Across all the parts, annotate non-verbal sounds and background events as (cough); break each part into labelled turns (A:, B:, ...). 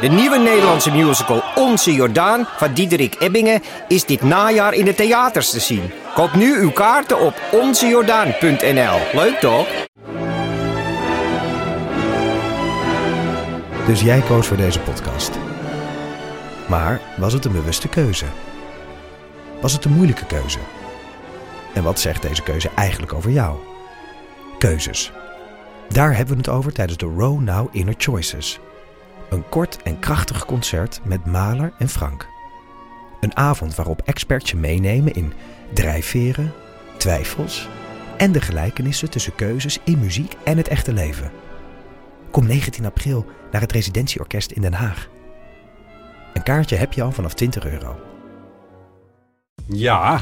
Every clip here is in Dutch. A: De nieuwe Nederlandse musical Onze Jordaan van Diederik Ebbingen is dit najaar in de theaters te zien. Koop nu uw kaarten op onzejordaan.nl. Leuk toch?
B: Dus jij koos voor deze podcast. Maar was het een bewuste keuze? Was het een moeilijke keuze? En wat zegt deze keuze eigenlijk over jou? Keuzes. Daar hebben we het over tijdens de Row Now Inner Choices. Een kort en krachtig concert met Maler en Frank. Een avond waarop experts je meenemen in drijfveren, twijfels en de gelijkenissen tussen keuzes in muziek en het echte leven. Kom 19 april naar het Residentieorkest in Den Haag. Een kaartje heb je al vanaf 20 euro.
C: Ja,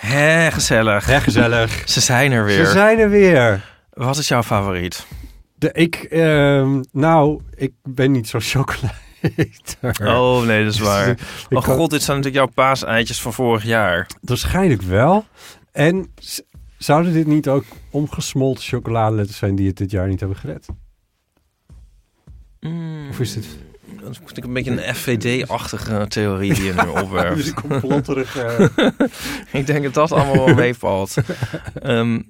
D: Hé, gezellig.
C: hè, gezellig.
D: Ze zijn er
C: Ze
D: weer.
C: zijn er weer.
D: Wat is jouw favoriet?
C: De, ik, ehm, nou, ik ben niet zo'n (laughs) chocoladeter.
D: Oh nee, dat is
C: (laughs)
D: waar.
C: Ik
D: Oh
C: kan-
D: god, dit zijn natuurlijk jouw paaseitjes van vorig jaar.
C: Waarschijnlijk wel. En z- zouden dit niet ook omgesmolten chocoladeletters zijn die het dit jaar niet hebben gered? Of is dit
D: Dat vind ik een beetje een FVD-achtige theorie die je
C: (laughs)
D: nu opwerpt.
C: complotterig?
D: ik denk dat dat allemaal wel meevalt. Ehm,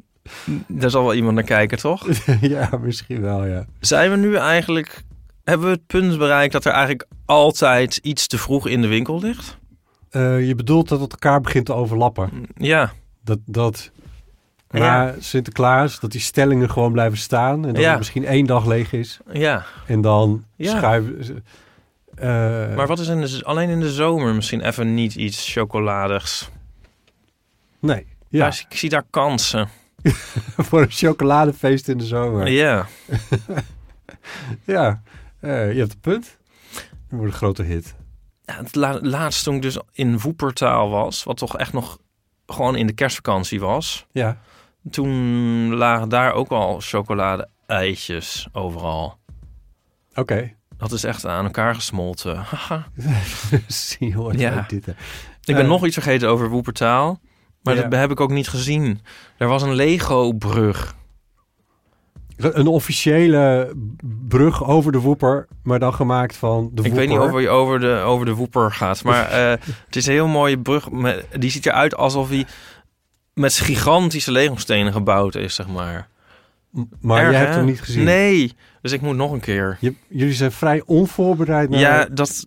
D: daar zal wel iemand naar kijken, toch?
C: (laughs) ja, misschien wel, ja.
D: Zijn we nu eigenlijk... Hebben we het punt bereikt dat er eigenlijk altijd iets te vroeg in de winkel ligt?
C: Eh, je bedoelt dat het elkaar begint te overlappen.
D: Ja.
C: Dat, dat
D: Ja.
C: na Sinterklaas, dat die stellingen gewoon blijven staan. En dat
D: Ja.
C: het misschien één dag leeg is.
D: Ja,
C: En dan
D: Ja.
C: schuiven ze- eh,
D: maar wat is in de, z- alleen in de zomer misschien even niet iets chocoladigs?
C: Nee.
D: Ja.
C: Ja,
D: ik zie daar kansen.
C: (laughs) voor een chocoladefeest in de zomer. Ja.
D: Ja.
C: Eh, je hebt een punt. Het wordt een grote hit.
D: Ja, Het la- laatst toen ik dus in Woepertaal was, wat toch echt nog gewoon in de kerstvakantie was.
C: Ja.
D: Toen lagen daar ook al chocolade-eitjes overal.
C: Oké. (laughs)
D: Dat is echt aan elkaar gesmolten. (laughs) Haha.
C: Dus Zie hoor.
D: Ja.
C: ook Dit, hè.
D: ik ben
C: Eh.
D: nog iets vergeten over Woepertaal. Maar
C: Ja.
D: dat heb ik ook niet gezien. Er was een Lego-brug.
C: Een officiële brug over de woeper, maar dan gemaakt van de woeper.
D: Ik weet niet of je over de, over de woeper gaat. Maar eh,
C: (laughs)
D: het is een heel mooie brug. met- die ziet eruit alsof hij met gigantische Lego-stenen gebouwd is, zeg maar.
C: Maar
D: Erg,
C: jij hebt
D: hè?
C: hem niet gezien.
D: Nee, dus ik moet nog een keer.
C: Je- jullie zijn vrij onvoorbereid. Naar...
D: Ja, dat.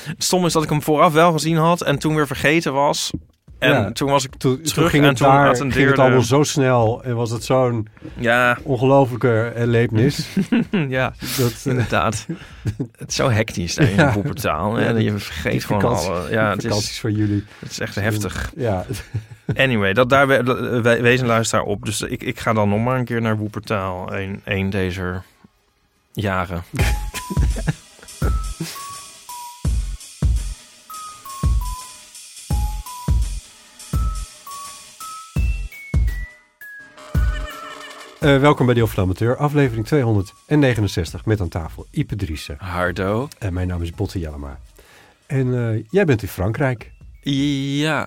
D: Het stom is dat ik hem vooraf wel gezien had en toen weer vergeten was. En
C: Ja.
D: toen was ik.
C: Toen,
D: terug
C: toen ging
D: en
C: het
D: toen
C: daar,
D: attendeerde-
C: ging het allemaal zo snel en was het zo'n (laughs)
D: Ja, (laughs)
C: ongelofelijke erlevenis.
D: ja
C: dat, eh,
D: (laughs) inderdaad. het is zo hectisch daar in
C: Ja.
D: de boepertaal.
C: Ja,
D: En je
C: die-
D: vergeet
C: die
D: gewoon
C: vakantie-
D: alle. Ja, het
C: vakanties
D: is,
C: voor jullie.
D: het is echt heftig.
C: Ja,
D: Anyway, dat, daar we, we- wees een luisteraar op. Dus ik, ik ga dan nog maar een keer naar Woepertaal. Een, een deze jaren.
C: Eh, welkom bij Deel van de Amateur, aflevering 269 met aan tafel Ipe Driessen.
D: Hardo.
C: En mijn naam is Botte Jellema. En eh, jij bent in Frankrijk.
D: Ja.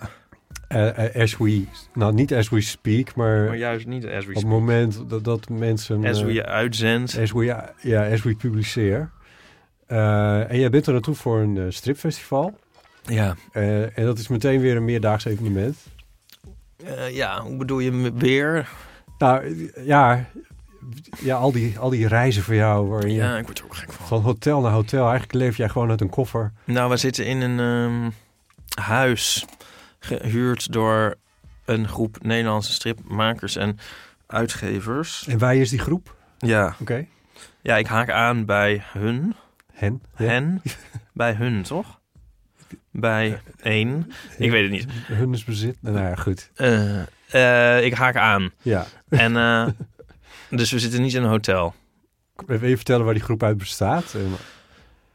C: Eh, eh, as we, nou niet as we speak, maar,
D: Maar juist niet as
C: op het
D: we,
C: moment dat, dat mensen...
D: as
C: eh,
D: we uitzendt.
C: as we, ja, ja, as we publiceer. Eh, en jij bent er naartoe voor een eh, stripfestival.
D: Ja.
C: Eh, en dat is meteen weer een meerdaags evenement.
D: Eh, ja, hoe bedoel je me- weer?
C: Nou eh, ja, ja al, die, al die reizen voor jou waarin je
D: Ja, ik word er ook gek van.
C: van hotel naar hotel, eigenlijk leef jij gewoon uit een koffer.
D: Nou, we zitten in een ehm, huis gehuurd door een groep Nederlandse stripmakers en uitgevers.
C: En wij is die groep?
D: Ja,
C: Oké.
D: ja ik haak aan bij hun.
C: Hen?
D: Hen? bij hun, toch? Bij één. Ik weet het niet.
C: Hun is bezit. Nou ja, goed.
D: Eh, eh, ik haak aan.
C: Ja.
D: En, eh, dus we zitten niet in een hotel.
C: Wil je vertellen waar die groep uit bestaat? Eh,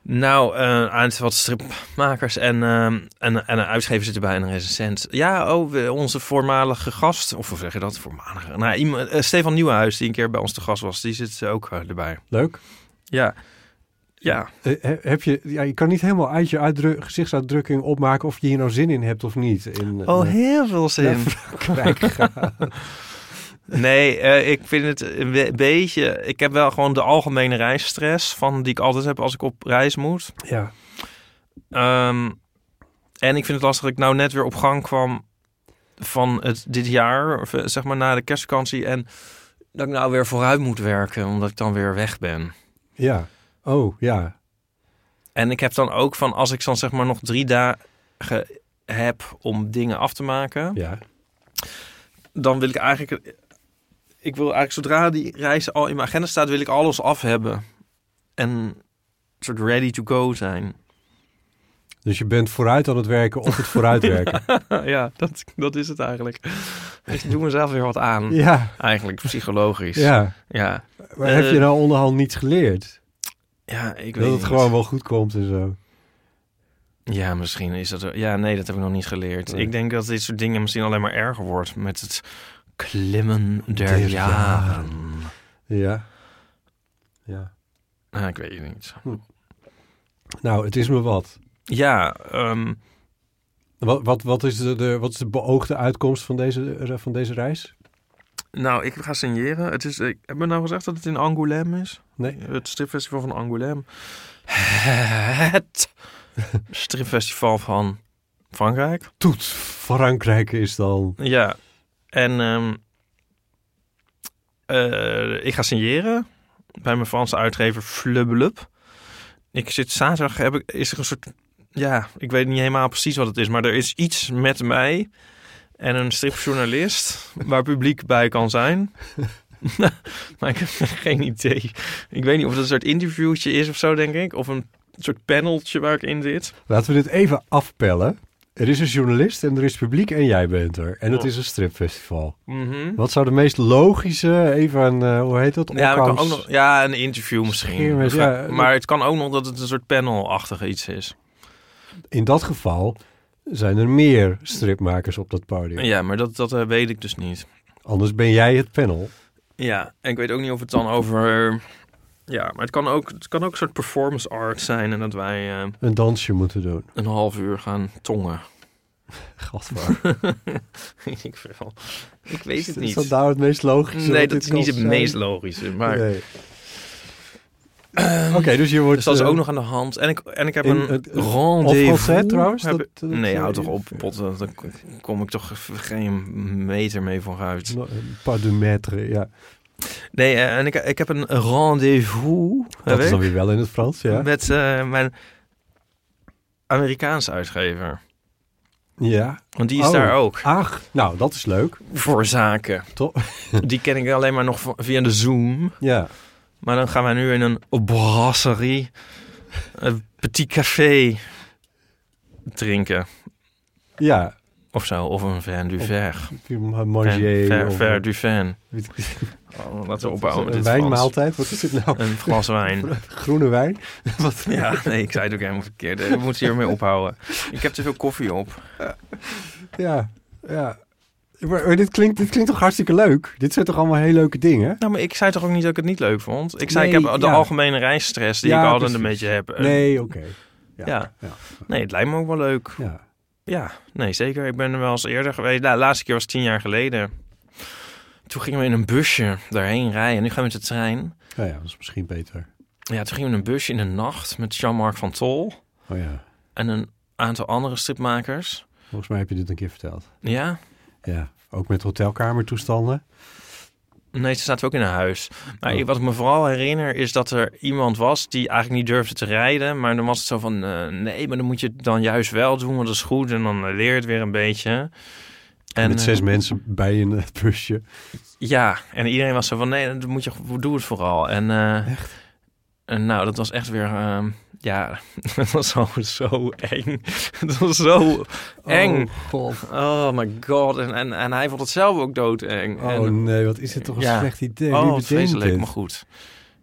D: Nou, eh uit wat stripmakers en, ehm, en, en een uitgever zit erbij en een recensent. Ja, oh, we- onze voormalige gast, of hoe zeg je dat? Voormalige. Nou, iemand, eh, Stefan Nieuwenhuis, die een keer bij ons te gast was, die zit eh, ook eh, erbij.
C: Leuk.
D: Ja. Ja.
C: Eh, he- heb je, ja, je kan niet helemaal uit je uitdru- gezichtsuitdrukking opmaken of je hier nou zin in hebt of niet. In, eh,
D: Oh, heel veel zin.
C: Frankrijk gaan.
D: (laughs) Nee, eh, ik vind het een we- beetje... Ik heb wel gewoon de algemene reisstress van die ik altijd heb als ik op reis moet.
C: (laughs) Ja.
D: Ehm, en ik vind het lastig dat ik nou net weer op gang kwam van het, dit jaar, of, eh, zeg maar na de kerstvakantie. En dat ik nou weer vooruit moet werken, omdat ik dan weer weg ben.
C: Ja. Oh, ja.
D: En ik heb dan ook van, als ik dan zeg maar nog drie dagen heb om dingen af te maken,
C: Ja.
D: dan wil ik eigenlijk... Ik wil eigenlijk zodra die reis al in mijn agenda staat, wil ik alles af hebben. En soort ready to go zijn. (laughs)
C: Dus je bent vooruit aan het werken of het
D: (laughs)
C: vooruitwerken.
D: ja, dat, dat is het eigenlijk. Ik doe mezelf weer wat aan.
C: ja.
D: Eigenlijk psychologisch. Ja.
C: Ja.
D: Ja,
C: Maar
D: Eh,
C: heb je nou onderhand niets geleerd?
D: ik weet
C: Dat het
D: niet.
C: gewoon wel goed komt en zo.
D: Ja, misschien is dat... Ja, nee, dat heb ik nog niet geleerd.
C: Nee.
D: Ik denk dat dit soort dingen misschien alleen maar erger wordt met het klimmen der,
C: Der
D: jaren.
C: Ja. Ja.
D: Nou, ik weet het niet.
C: Nou, het is me wat.
D: Ja, ehm,
C: Wat, wat, wat, is, de, de- wat is de beoogde uitkomst van deze, eh, van deze reis?
D: nou, ik ga signeren. Het is, ik, heb me nou gezegd dat het in Angoulême is?
C: Nee.
D: Het stripfestival van Angoulême. (laughs) Het stripfestival van Frankrijk.
C: Toet Frankrijk is dan...
D: Ja, en ehm, eh, ik ga signeren bij mijn Franse uitgever Flubbelup. Ik zit zaterdag, heb ik, is er een soort, ja, ik weet niet helemaal precies wat het is, maar er is iets met mij en een stripjournalist waar publiek bij kan zijn. maar ik heb (laughs) geen idee. Ik weet niet of het een soort interviewtje is of zo, denk ik. Of een soort paneltje waar ik in zit.
C: Laten we dit even afpellen. Er is een journalist en er is publiek en jij bent er. En het
D: Ja.
C: is een stripfestival.
D: Mhm.
C: Wat zou de meest logische, even een, eh, hoe heet dat?
D: Ja, maar het kan ook
C: Opkomst-
D: nog, ja, een interview misschien. eh,
C: Scheermes, ja.
D: maar het kan ook nog dat het een soort panelachtig iets is.
C: In dat geval zijn er meer stripmakers op dat podium.
D: Ja, maar dat, dat eh, weet ik dus niet.
C: Anders ben jij het panel.
D: Ja, en ik weet ook niet of het dan over... Ja, maar het kan ook, het kan ook een soort performance art zijn... en dat wij eh,
C: Een dansje moeten doen.
D: een half uur gaan tongen. (laughs)
C: (laughs) Gadver.
D: Weet ik veel. Ik weet het
C: Is dat
D: niet.
C: nou het meest logische?
D: Nee,
C: wat
D: dat
C: dit
D: is niet
C: kan
D: het
C: zijn?
D: meest logische. Maar
C: Nee. Oké, dus je wordt...
D: dus dat is
C: eh,
D: ook nog aan de hand. En ik, en ik heb
C: in
D: een
C: het- Of
D: rendezvous.
C: Français trouwens?
D: Heb
C: Dat-
D: ik-
C: dat-
D: nee,
C: eh,
D: houd toch op, pot. Dan kom ik toch geen meter mee vooruit.
C: no- Pas de maître, ja.
D: Nee, eh, en ik, ik heb een rendezvous
C: Dat
D: heb
C: is
D: ik,
C: dan weer wel in het Frans, ja.
D: met eh, mijn Amerikaanse uitgever.
C: Ja.
D: Want die is
C: Oh.
D: daar ook
C: Ach, nou, dat is leuk.
D: voor zaken.
C: Toch? (laughs)
D: Die ken ik alleen maar nog van- via de Zoom.
C: Ja.
D: Maar dan gaan wij nu in een brasserie, een petit café drinken
C: Ja.
D: of zo. Of een vin du ver.
C: Manger.
D: ver,
C: of-
D: ver du vin. (laughs)
C: Weet ik-
D: Oh, laten we opbouwen met
C: Een
D: dit Frans.
C: wijnmaaltijd? Wat is dit nou?
D: Een glas wijn.
C: Groene wijn? Wat?
D: (laughs) Ja, nee, ik zei het ook helemaal verkeerd. We moeten hiermee ophouden. Ik heb te veel koffie op.
C: Ja, ja. Maar, maar dit, klinkt, dit klinkt toch hartstikke leuk? Dit zijn toch allemaal heel leuke dingen?
D: Nou, maar ik zei toch ook niet dat ik het niet leuk vond? Ik zei,
C: Nee,
D: ik heb de
C: ja.
D: algemene reisstress die
C: Ja,
D: ik altijd een
C: precies.
D: beetje heb. Eh,
C: Nee, oké. Ja.
D: Ja.
C: Ja.
D: Nee, het lijkt me ook wel leuk.
C: Ja.
D: Ja, nee, zeker. Ik ben er wel eens eerder geweest. Nou, de laatste keer was tien jaar geleden. Toen gingen we in een busje daarheen rijden. Nu gaan we met de trein.
C: Nou ja, dat is misschien beter.
D: Ja, toen gingen we in een busje in de nacht met Jean-Marc van Tol
C: Oh ja,
D: en een aantal andere stripmakers.
C: volgens mij heb je dit een keer verteld.
D: Ja,
C: Ja, ook met hotelkamertoestanden.
D: nee, ze zaten ook in een huis. Maar
C: Oh.
D: ik- wat ik me vooral herinner is dat er iemand was die eigenlijk niet durfde te rijden. Maar dan was het zo van, eh, nee, maar dan moet je het dan juist wel doen, want dat is goed. En dan eh, leer je het weer een beetje. En,
C: met zes
D: eh,
C: mensen bij in het busje.
D: Ja, en iedereen was zo van, nee, dat moet je, doe het vooral. En, eh, en nou, dat was echt weer, ehm, ja, (laughs) dat was zo, zo eng. (laughs) Het was zo eng.
C: Oh, god.
D: Oh my god. En, en, en hij vond het zelf ook doodeng.
C: Oh
D: en,
C: nee, wat is dit toch een
D: Ja.
C: slecht idee?
D: oh,
C: Wie
D: wat
C: bedenkt
D: vreselijk,
C: dit?
D: maar goed.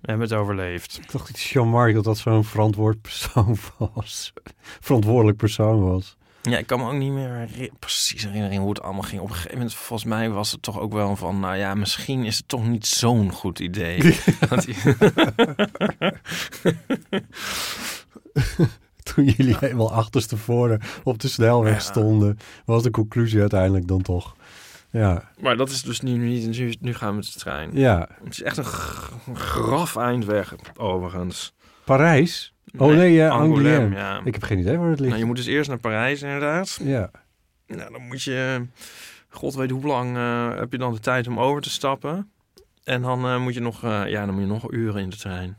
D: We hebben het overleefd.
C: Ik dacht iets Jean-Marc dat dat zo'n verantwoord persoon (laughs) was. Verantwoordelijk persoon was.
D: Ja, ik kan me ook niet meer heri- precies herinneren hoe het allemaal ging. Op een gegeven moment, volgens mij, was het toch ook wel van... Nou ja, misschien is het toch niet zo'n goed
C: (laughs)
D: idee. (laughs) Dat-
C: Toen jullie helemaal achterstevoren op de snelweg
D: Ja.
C: stonden, was de conclusie uiteindelijk dan toch. Ja,
D: Maar dat is dus nu niet. Nu, nu gaan we met de trein.
C: ja.
D: Het is echt een g- een graf eindweg, Oh, overigens.
C: Parijs? Oh nee, eh, Angoulême.
D: dus- ja.
C: Ik heb geen idee waar het ligt.
D: Nou, je moet dus eerst naar Parijs, inderdaad.
C: Ja,
D: Nou, dan moet je... God weet hoe lang eh, heb je dan de tijd om over te stappen. En dan, eh, moet je nog, eh, ja, dan moet je nog uren in de trein.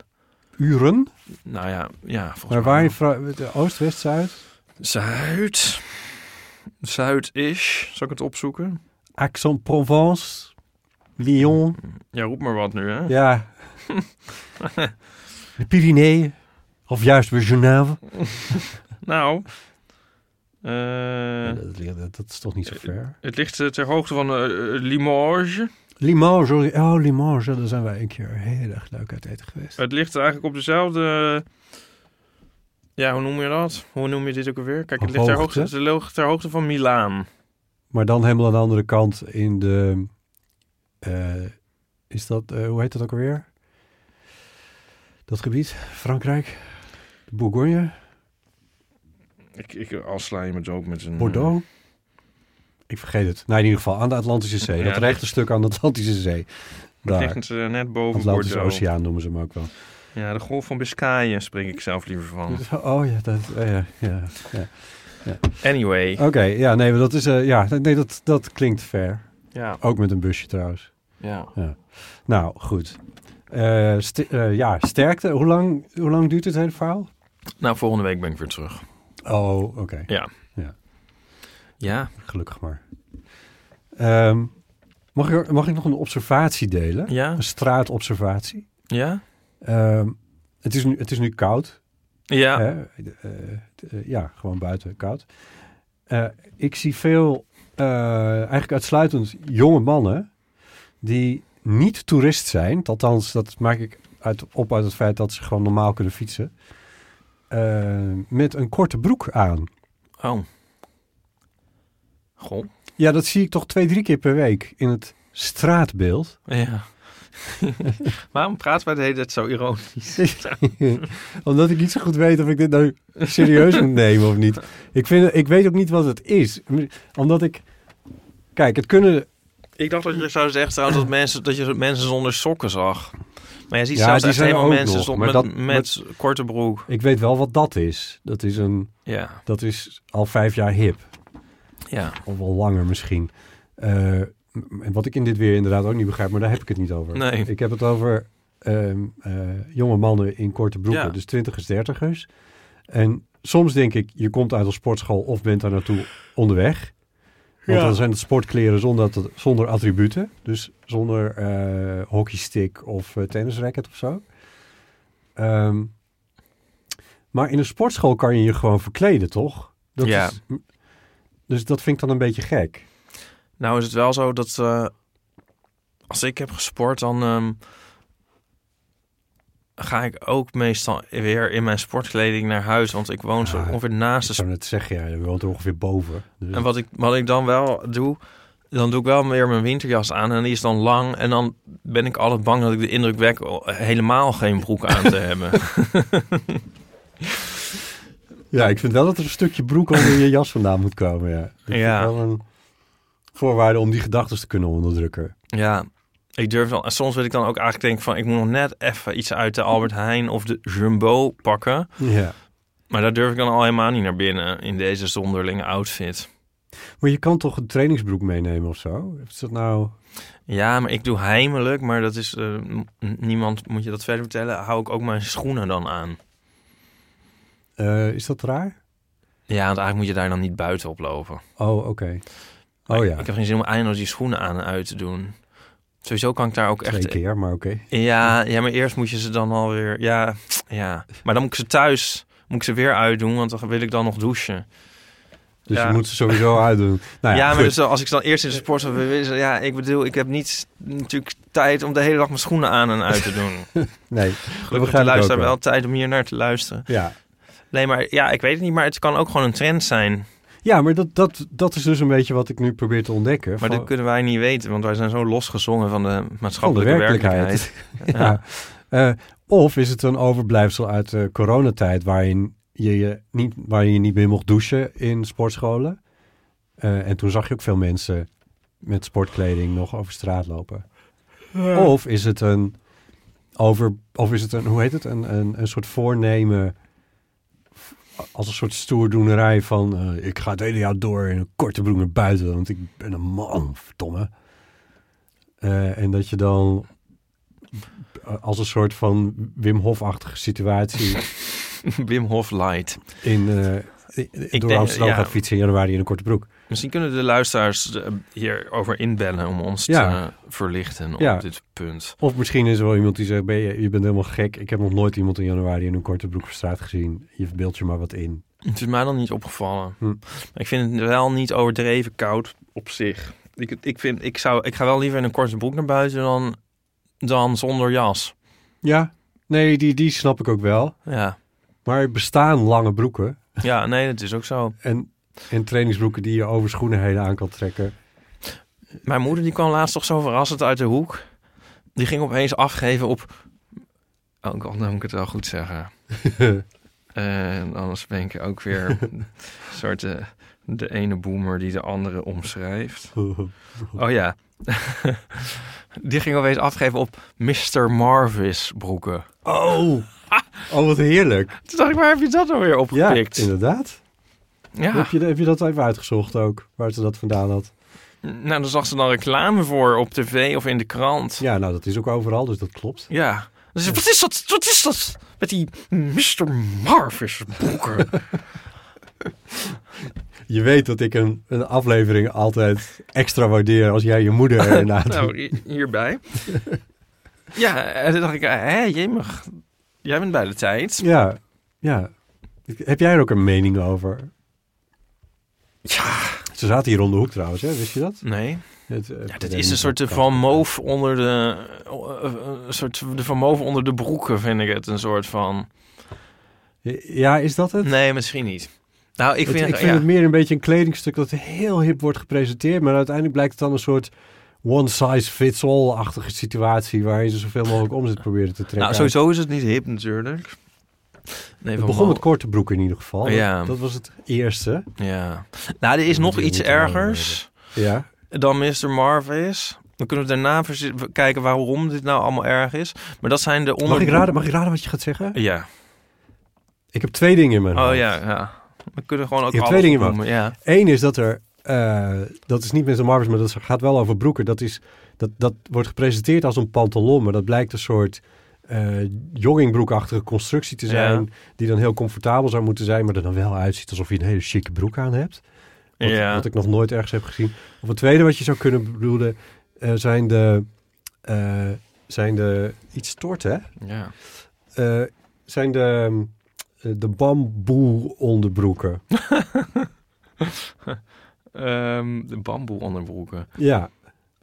C: uren.
D: Nou ja, ja volgens
C: Maar
D: mij
C: waar in
D: wel.
C: Fra- Oost, West, Zuid?
D: Zuid. Zuid-ish. Zal ik het opzoeken?
C: Aix-en-Provence? Lyon?
D: Ja, roep maar wat nu, hè?
C: Ja. De Pyreneeën? Of juist weer Genève?
D: Nou... eh,
C: Dat, ligt- dat- dat is toch niet zo ver.
D: het ligt eh, ter hoogte van eh, eh, Limoges.
C: Limoges. sorry. Oh, Limoges. ja, Daar zijn wij een keer heel erg leuk uit eten geweest.
D: Het ligt eigenlijk op dezelfde. eh, Ja, hoe noem je dat? Hoe noem je dit ook alweer? Kijk, het ligt ter
C: Hoogte.
D: hoogte, het ligt ter hoogte van Milaan.
C: Maar dan helemaal aan de andere kant in de... eh, is dat... eh, hoe heet dat ook alweer? Dat gebied? Frankrijk? De Bourgogne?
D: Hmm. Ik, ik afsla je me zo ook met een.
C: Bordeaux? Ik vergeet het. Nou, in ieder geval aan de Atlantische Zee.
D: Ja,
C: dat
D: dat-
C: rechte stuk aan de Atlantische Zee.
D: eh, het
C: Daar.
D: ligt eh, net boven
C: Atlantische
D: Bordeaux.
C: Oceaan noemen ze hem ook wel.
D: Ja, de golf van Biscayen spreek ik zelf liever van.
C: (laughs) Oh ja, dat, eh, ja, ja.
D: Anyway.
C: Oké, ja, nee, maar dat is, eh, ja, nee, dat, dat klinkt ver.
D: Ja,
C: Ook met een busje trouwens.
D: ja.
C: Nou, goed. Eh, st- eh, ja, sterkte. Hoe lang, hoe lang duurt dit hele verhaal?
D: Nou, volgende week ben ik weer terug.
C: Oh, oké.
D: Ja,
C: Gelukkig maar. Ehm, mag, ik, mag ik nog een observatie delen?
D: ja,
C: Een straatobservatie.
D: ja.
C: Ehm, het, is nu, het is nu koud.
D: Ja,
C: Hè? Eh, t- eh, ja, gewoon buiten koud. Eh, ik zie veel, eh, eigenlijk uitsluitend jonge mannen die niet toerist zijn. Althans, dat maak ik uit, op uit het feit dat ze gewoon normaal kunnen fietsen. eh, met een korte broek aan.
D: oh. Goh.
C: Ja, dat zie ik toch twee, drie keer per week in het
D: (laughs)
C: straatbeeld.
D: Ja. Waarom praat wij de hele tijd zo ironisch?
C: Omdat ik niet zo goed weet of ik dit nou serieus moet nemen of niet. Ik, vind, ik weet ook niet wat het is. Omdat ik... Kijk, het kunnen
D: Ik dacht dat je zou zeggen trouwens dat, mensen, dat je mensen zonder sokken zag. Maar je ziet
C: Ja,
D: zelfs
C: die
D: echt
C: zijn er
D: helemaal
C: ook
D: mensen
C: nog,
D: zon-
C: maar
D: met,
C: dat-
D: met korte broek.
C: Ik weet wel wat dat is. Dat is, een,
D: Ja,
C: dat is al vijf jaar hip.
D: ja.
C: Of wel langer misschien. Eh, m- en wat ik in dit weer inderdaad ook niet begrijp, maar daar heb ik het niet over.
D: Nee.
C: Ik heb het over ehm, eh, jonge mannen in korte broeken,
D: Ja.
C: dus twintigers, dertigers. En soms denk ik, je komt uit een sportschool of bent daar naartoe onderweg. Want
D: Ja.
C: dan zijn het sportkleren zonder, dat- zonder attributen. Dus zonder eh, hockeystick of eh, tennisracket of zo. Ehm, maar in een sportschool kan je je gewoon verkleden, toch? Dat
D: Ja.
C: is- dus dat vind ik dan een beetje gek.
D: Nou is het wel zo dat eh, als ik heb gesport, dan ehm, ga ik ook meestal weer in mijn sportkleding naar huis. Want ik woon zo
C: Ah,
D: ongeveer naast de
C: Ik zou net zeggen, ja, je woont er ongeveer boven. Dus
D: En wat ik, wat ik dan wel doe, dan doe ik wel weer mijn winterjas aan en die is dan lang. En dan ben ik altijd bang dat ik de indruk wek oh, helemaal geen broek aan te hebben.
C: Ja, ik vind wel dat er een stukje broek onder je jas vandaan moet komen. Ja. Dat vind ik
D: Ja.
C: wel een voorwaarde om die gedachten te kunnen onderdrukken.
D: Ja, ik durf dan. En soms wil ik dan ook eigenlijk denken van, ik moet nog net even iets uit de Albert Heijn of de Jumbo pakken.
C: Ja.
D: Maar daar durf ik dan al helemaal niet naar binnen in deze zonderlinge outfit.
C: Maar je kan toch een trainingsbroek meenemen of zo? Is dat nou...
D: Ja, maar ik doe heimelijk, maar dat is eh, m- niemand moet je dat verder vertellen. Hou ik ook mijn schoenen dan aan.
C: eh, is dat raar?
D: Ja, want eigenlijk moet je daar dan niet buiten op lopen.
C: Oh, oké. Oh ja,
D: Ik heb geen zin om eindeloos die schoenen aan en uit te doen. Sowieso kan ik daar ook
C: twee
D: echt... e-
C: keer, maar oké.
D: Ja, ja, maar eerst moet je ze dan alweer... Ja, ja. Maar dan moet ik ze thuis moet ik ze weer uitdoen, want dan wil ik dan nog douchen.
C: Dus
D: Ja.
C: je moet ze sowieso (laughs) uitdoen. Nou ja,
D: ja, maar
C: goed.
D: dus dan- als ik dan eerst in de sport zou willen... Ja, ik bedoel, ik heb niet natuurlijk tijd om de hele dag mijn schoenen aan en uit te
C: (laughs)
D: doen.
C: Nee, dat
D: Gelukkig heeft de
C: begrijp ik ook
D: luisteraar
C: wel.
D: wel tijd om hier naar te luisteren.
C: Ja.
D: Nee, maar ja, ik weet het niet, maar het kan ook gewoon een trend zijn.
C: ja, maar dat, dat, dat is dus een beetje wat ik nu probeer te ontdekken.
D: Maar
C: van-
D: dat kunnen wij niet weten, want wij zijn zo losgezongen van de maatschappelijke
C: Van de werkelijkheid.
D: werkelijkheid.
C: (laughs) Ja. Eh, of is het een overblijfsel uit de coronatijd waarin je, je niet, waarin je niet meer mocht douchen in sportscholen? Eh, en toen zag je ook veel mensen met sportkleding nog over straat lopen? Of is het een over, of is het een, hoe heet het, een, een, een soort voornemen als een soort stoerdoenerij van eh, ik ga het hele jaar door in een korte broek naar buiten, want ik ben een man, verdomme. Eh, en dat je dan eh, als een soort van Wim Hof-achtige situatie (laughs)
D: (laughs) Wim Hof Light.
C: in, eh, i- door
D: denk,
C: Amsterdam
D: ja.
C: gaat fietsen in januari in een korte broek.
D: Misschien kunnen de luisteraars eh, hierover inbellen om ons te
C: Ja.
D: eh, verlichten op
C: Ja.
D: dit punt.
C: Of misschien is er wel iemand die zegt, ben je, je bent helemaal gek. Ik heb nog nooit iemand in januari in een korte broek op straat gezien. Je verbeeldt je maar wat in.
D: Het is mij dan niet opgevallen.
C: Hm.
D: Maar Ik vind het wel niet overdreven koud op zich. Ik, ik, vind, ik, zou, ik ga wel liever in een korte broek naar buiten dan, dan zonder jas.
C: Ja, nee, die, die snap ik ook wel.
D: Ja.
C: Maar er bestaan lange broeken
D: ja, nee, dat is ook zo.
C: en, en trainingsbroeken die je over schoenen heen aan kan (laughs) trekken.
D: Mijn moeder die kwam laatst toch zo verrassend uit de hoek. Die ging opeens afgeven op... Oh god, dan moet ik het wel goed zeggen. Eh, En anders ben ik ook weer
C: (laughs)
D: een soort eh, de ene boomer die de andere
C: (laughs)
D: omschrijft. Oh ja. (laughs) die ging opeens afgeven op Mr. Marvis broeken.
C: Oh, oh wat heerlijk.
D: Toen dacht ik, waar heb je dat nou weer
C: Ja,
D: opgepikt?
C: inderdaad.
D: Ja,
C: Heb, je, heb je dat even uitgezocht ook, waar ze dat vandaan had?
D: nou daar zag ze dan reclame voor op tv of in de krant.
C: Ja, nou dat is ook overal, dus dat klopt.
D: Ja. Dus wat is dat? Wat is dat? Met die Mr. Marvis
C: (laughs)
D: broeken.
C: Je weet dat ik een, een aflevering altijd extra waardeer als jij je
D: (laughs)
C: moeder erna doet.
D: nou, hi- hierbij. ja, en toen dacht ik, hé, jij mag... Jij bent bij de tijd.
C: Ja, ja. Ik- Heb jij er ook een mening over?
D: Ja.
C: Ze zaten hier om de hoek trouwens, hè? wist je dat?
D: Nee.
C: Het,
D: Ja, dit is een soort de van moof onder de... eh, eh, Een soort de van moof onder de broeken, vind ik het. Een soort van...
C: Ja, is dat het?
D: Nee, misschien niet. Nou, ik
C: Het-
D: vind...
C: ik vind
D: ja.
C: het meer een beetje een kledingstuk dat heel hip wordt gepresenteerd, maar uiteindelijk blijkt het dan een soort one size fits all-achtige situatie waar je ze zoveel mogelijk om zit proberen te trekken.
D: Nou, sowieso is het niet hip natuurlijk. Nee,
C: Het
D: van
C: begon
D: Mo-
C: met korte broeken in ieder geval.
D: Ja.
C: Dat, dat was het eerste.
D: Ja. Nou, er is nog
B: Die
D: iets
B: moeten we
D: ergers
C: Ja.
D: dan Mr. Marv is. Dan kunnen we daarna verzi- kijken waarom dit nou allemaal erg is. Maar dat zijn de onder...
C: Mag ik, raden, mag ik raden wat je gaat zeggen?
D: Ja.
C: Ik heb twee dingen in mijn
D: Oh
C: hoofd.
D: ja, ja. We kunnen gewoon ook
C: Je hebt
D: alles
C: twee dingen
D: opnoemen, Ja.
C: Eén is dat er, eh, dat is niet met een Marvels, maar dat gaat wel over broeken. Dat, is, dat, dat wordt gepresenteerd als een pantalon, maar dat blijkt een soort eh, joggingbroekachtige constructie te zijn.
D: Ja.
C: Die dan heel comfortabel zou moeten zijn, maar er dan wel uitziet alsof je een hele chique broek aan hebt. Wat,
D: ja.
C: wat ik nog nooit ergens heb gezien. Of het tweede wat je zou kunnen bedoelen, eh, zijn de, eh, zijn de, iets stort hè?
D: ja.
C: Eh, zijn de, mm, eh, de bamboe onderbroeken.
D: Ehm, de bamboe onderbroeken.
C: Ja,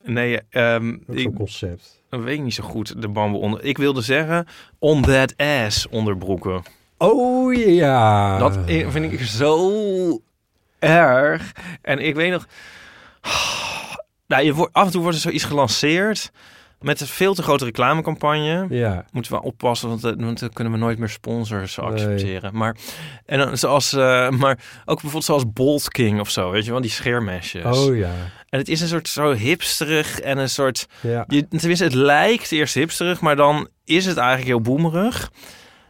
D: Nee, ehm,
C: ook
D: ik
C: zo'n concept.
D: weet niet zo goed de bamboe onder... Ik wilde zeggen on that ass onderbroeken.
C: Oh ja.
D: Dat e- i- vind ik zo erg. En ik weet nog... (sighs) Nou, je wordt, af en toe wordt er zoiets gelanceerd met een veel te grote reclamecampagne.
C: Ja.
D: Moeten we oppassen, want, eh, want dan kunnen we nooit meer sponsors
C: Nee.
D: accepteren. Maar, en dan, zoals, eh, maar ook bijvoorbeeld zoals Bolt King of zo, weet je wel, die scheermesjes.
C: Oh ja.
D: En het is een soort zo hipsterig en een soort...
C: Ja.
D: Je, tenminste, het lijkt eerst hipsterig, maar dan is het eigenlijk heel boemerig.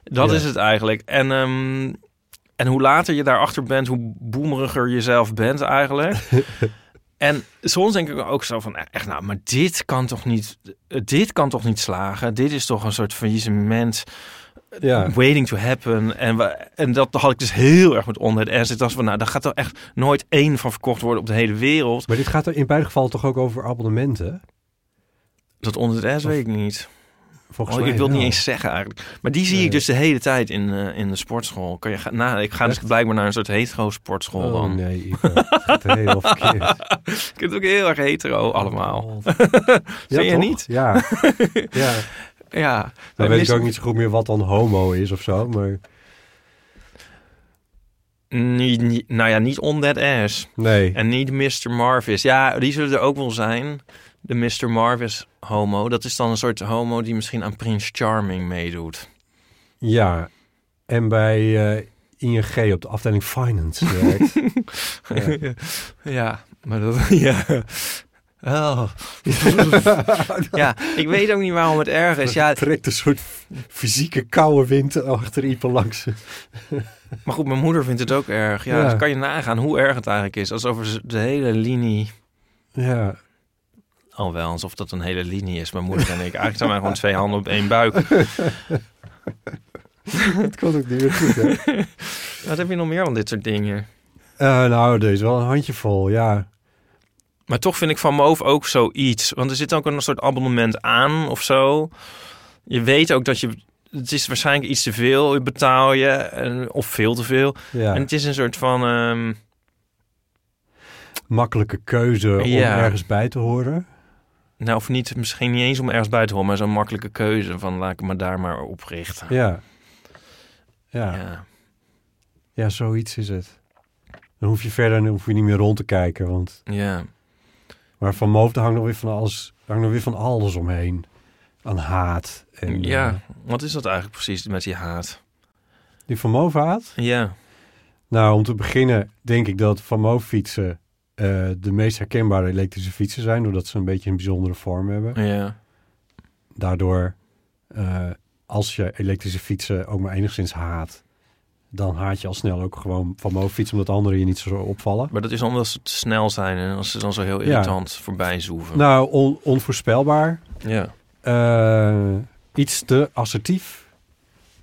D: Dat
C: Ja.
D: is het eigenlijk. En, ehm, en hoe later je daarachter bent, hoe boemeriger jezelf bent
C: (laughs)
D: eigenlijk. en soms denk ik ook zo van, echt nou, maar dit kan toch niet, dit kan toch niet slagen? Dit is toch een soort faillissement
C: ja.
D: waiting to happen. En, we, en dat had ik dus heel erg met onder de S. Ik dacht van, nou, daar gaat er echt nooit één van verkocht worden op de hele wereld.
C: Maar dit gaat er in beide gevallen toch ook over abonnementen?
D: Dat onder de S weet ik niet.
C: Volgens
D: Oh, ik
C: mij
D: wil het niet
C: wel.
D: eens zeggen eigenlijk. Maar die zie
C: Nee.
D: ik dus de hele tijd in, eh, in de sportschool. Kan je ga, nou, ik ga dus blijkbaar naar een soort hetero-sportschool
C: Oh,
D: dan.
C: nee, Ivo. Het gaat helemaal
D: (laughs)
C: verkeerd.
D: Ik vind het ook heel erg hetero Oh, allemaal. (laughs)
C: ja,
D: je
C: toch?
D: niet? (laughs)
C: Ja. ja.
D: Ja.
C: Dan
D: Wij
C: weet ik
D: missen-
C: ook niet zo goed meer wat dan homo is of zo, maar...
D: Niet, niet- nou ja, niet on that ass.
C: Nee.
D: En niet Mr. Marvis. Ja, die zullen er ook wel zijn. De Mr. Marvis homo. Dat is dan een soort homo die misschien aan Prince Charming meedoet.
C: Ja. En bij eh, ING op de afdeling
D: (laughs)
C: eh, finance werkt.
D: (laughs) Ja, maar dat... Ja. Oh. ja, ik weet ook niet waarom het erg (laughs) is.
C: (laughs)
D: Ja,
C: trekt een soort fysieke koude wind achter Ipe langs.
D: maar goed, mijn moeder vindt het ook erg. Ja,
C: Ja.
D: dus kan je nagaan hoe erg het eigenlijk is. Als over z- de hele linie...
C: Ja,
D: Al wel, alsof dat een hele linie is, mijn moeder en ik. Eigenlijk zijn wij gewoon twee handen op één
C: (laughs)
D: buik.
C: dat komt ook niet meer goed, hè?
D: Wat heb je nog meer van dit soort dingen?
C: (laughs) Eh, nou, deze is wel een handjevol, ja.
D: Maar toch vind ik van Moof ook zoiets. Want er zit ook een soort abonnement aan of zo. Je weet ook dat je... Het is waarschijnlijk iets te veel, je betaal je. en- Of veel te veel.
C: ja.
D: En het is een soort van... ehm,
C: Makkelijke keuze
D: Ja.
C: om ergens bij te horen.
D: nou, of niet, misschien niet eens om ergens buiten te horen... maar zo'n makkelijke keuze van laat ik me daar maar op richten.
C: Ja. Ja. ja.
D: Ja.
C: zoiets is het. Dan hoef je verder dan hoef je niet meer rond te kijken. Want,
D: ja.
C: maar van Moof daar hangt nog weer van alles, hangt nog weer van alles omheen. Aan haat. En, eh,
D: Ja, wat is dat eigenlijk precies met die haat?
C: die van Moof haat?
D: Ja,
C: Nou, om te beginnen denk ik dat Van Moof fietsen eh, de meest herkenbare elektrische fietsen zijn, doordat ze een beetje een bijzondere vorm hebben.
D: ja,
C: Daardoor, eh, als je elektrische fietsen ook maar enigszins haat, dan haat je al snel ook gewoon Van Moof fietsen, omdat anderen je niet zo opvallen.
D: maar dat is omdat ze te snel zijn en als ze dan zo heel
C: Ja.
D: irritant voorbij zoeven.
C: Nou, on- onvoorspelbaar,
D: ja,
C: eh, iets te assertief.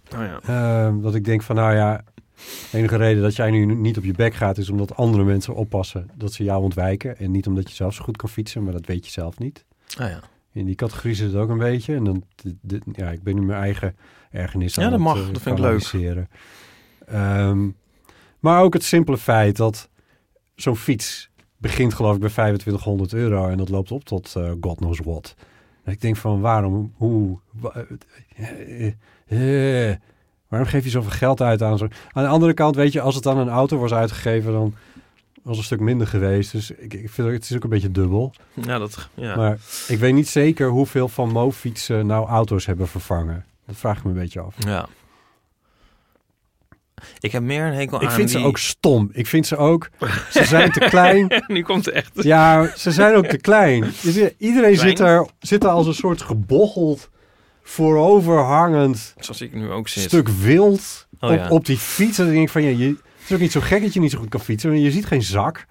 D: nou ja.
C: eh, dat ik denk van, nou ja, de enige reden dat jij nu niet op je bek gaat, is omdat andere mensen oppassen dat ze jou ontwijken. En niet omdat je zelf zo goed kan fietsen, maar dat weet je zelf niet.
D: Ah, ja.
C: In die categorie zit het ook een beetje. En dan, d- d- ja, ik ben nu mijn eigen ergernis
D: Ja,
C: aan
D: dat
C: het,
D: mag.
C: eh,
D: Dat vind ik leuk.
C: kanaliseren. Ehm, maar ook het simpele feit dat zo'n fiets begint geloof ik bij 2500 euro en dat loopt op tot eh, god knows what. En ik denk van waarom, hoe, wa- eh, eh, eh, waarom geef je zoveel geld uit aan zo'n... Aan de andere kant, weet je, als het aan een auto was uitgegeven, dan was het een stuk minder geweest. Dus ik, ik vind ook- het is ook een beetje dubbel.
D: ja, dat, ja.
C: Maar ik weet niet zeker hoeveel van Mofietsen nou auto's hebben vervangen. Dat vraag ik me een beetje af.
D: ja. Ik heb meer een hekel
C: Ik
D: aan
C: vind ze
D: die- (laughs)
C: ook stom. Ik vind ze ook... Ze zijn te klein.
D: nu komt het echt...
C: Ja, ze zijn ook te klein. Je ziet- Iedereen
D: Klein?
C: zit daar, zit daar als een soort gebocheld, vooroverhangend
D: Zoals ik nu ook zit.
C: stuk wild
D: Oh,
C: op,
D: ja.
C: op die fiets. En dan denk ik van, ja, je, het is ook niet zo gek dat je niet zo goed kan fietsen. Want je ziet geen zak.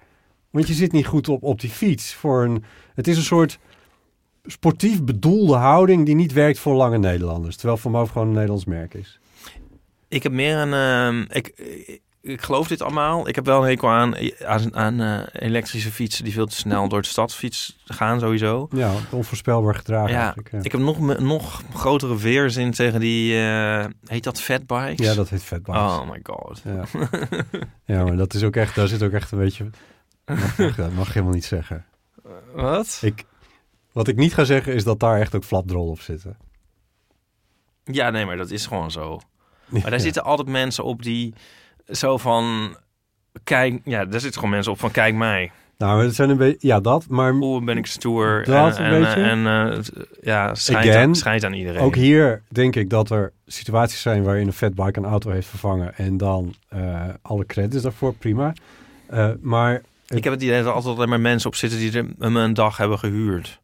C: Want je zit niet goed op, op die fiets. Voor een, het is een soort sportief bedoelde houding die niet werkt voor lange Nederlanders. Terwijl Van Moof gewoon een Nederlands merk is.
D: Ik heb meer een... ehm, ik, ik, ik geloof dit allemaal. Ik heb wel een hekel aan, aan, aan eh, elektrische fietsen die veel te snel door de stadsfiets gaan sowieso.
C: Ja, onvoorspelbaar gedragen
D: Ja,
C: eigenlijk. Ja.
D: Ik heb nog, me- nog grotere weerzin tegen die... eh, heet dat fatbikes?
C: ja, dat heet vetbaas.
D: Oh my god.
C: Ja. ja, maar dat is ook echt, daar zit ook echt een beetje... Mag, dat mag ik helemaal niet zeggen.
D: Wat?
C: Ik, wat ik niet ga zeggen is dat daar echt ook flapdrol op zitten.
D: Ja, nee, maar dat is gewoon zo.
C: Ja.
D: Maar daar zitten altijd mensen op die zo van... Kijk, ja, daar zitten gewoon mensen op van kijk mij.
C: Nou, maar het zijn een beetje... Ja, dat, maar
D: Oeh, ben ik stoer.
C: Dat
D: en,
C: een
D: en,
C: beetje.
D: En, eh, het- ja, schijnt
C: Again.
D: aan, schijnt aan iedereen.
C: Ook hier denk ik dat er situaties zijn waarin een fatbike een auto heeft vervangen en dan eh, alle credits daarvoor, prima. Eh, maar (laughs)
D: Ik heb het idee dat er altijd alleen maar mensen op zitten die er hem een dag hebben gehuurd.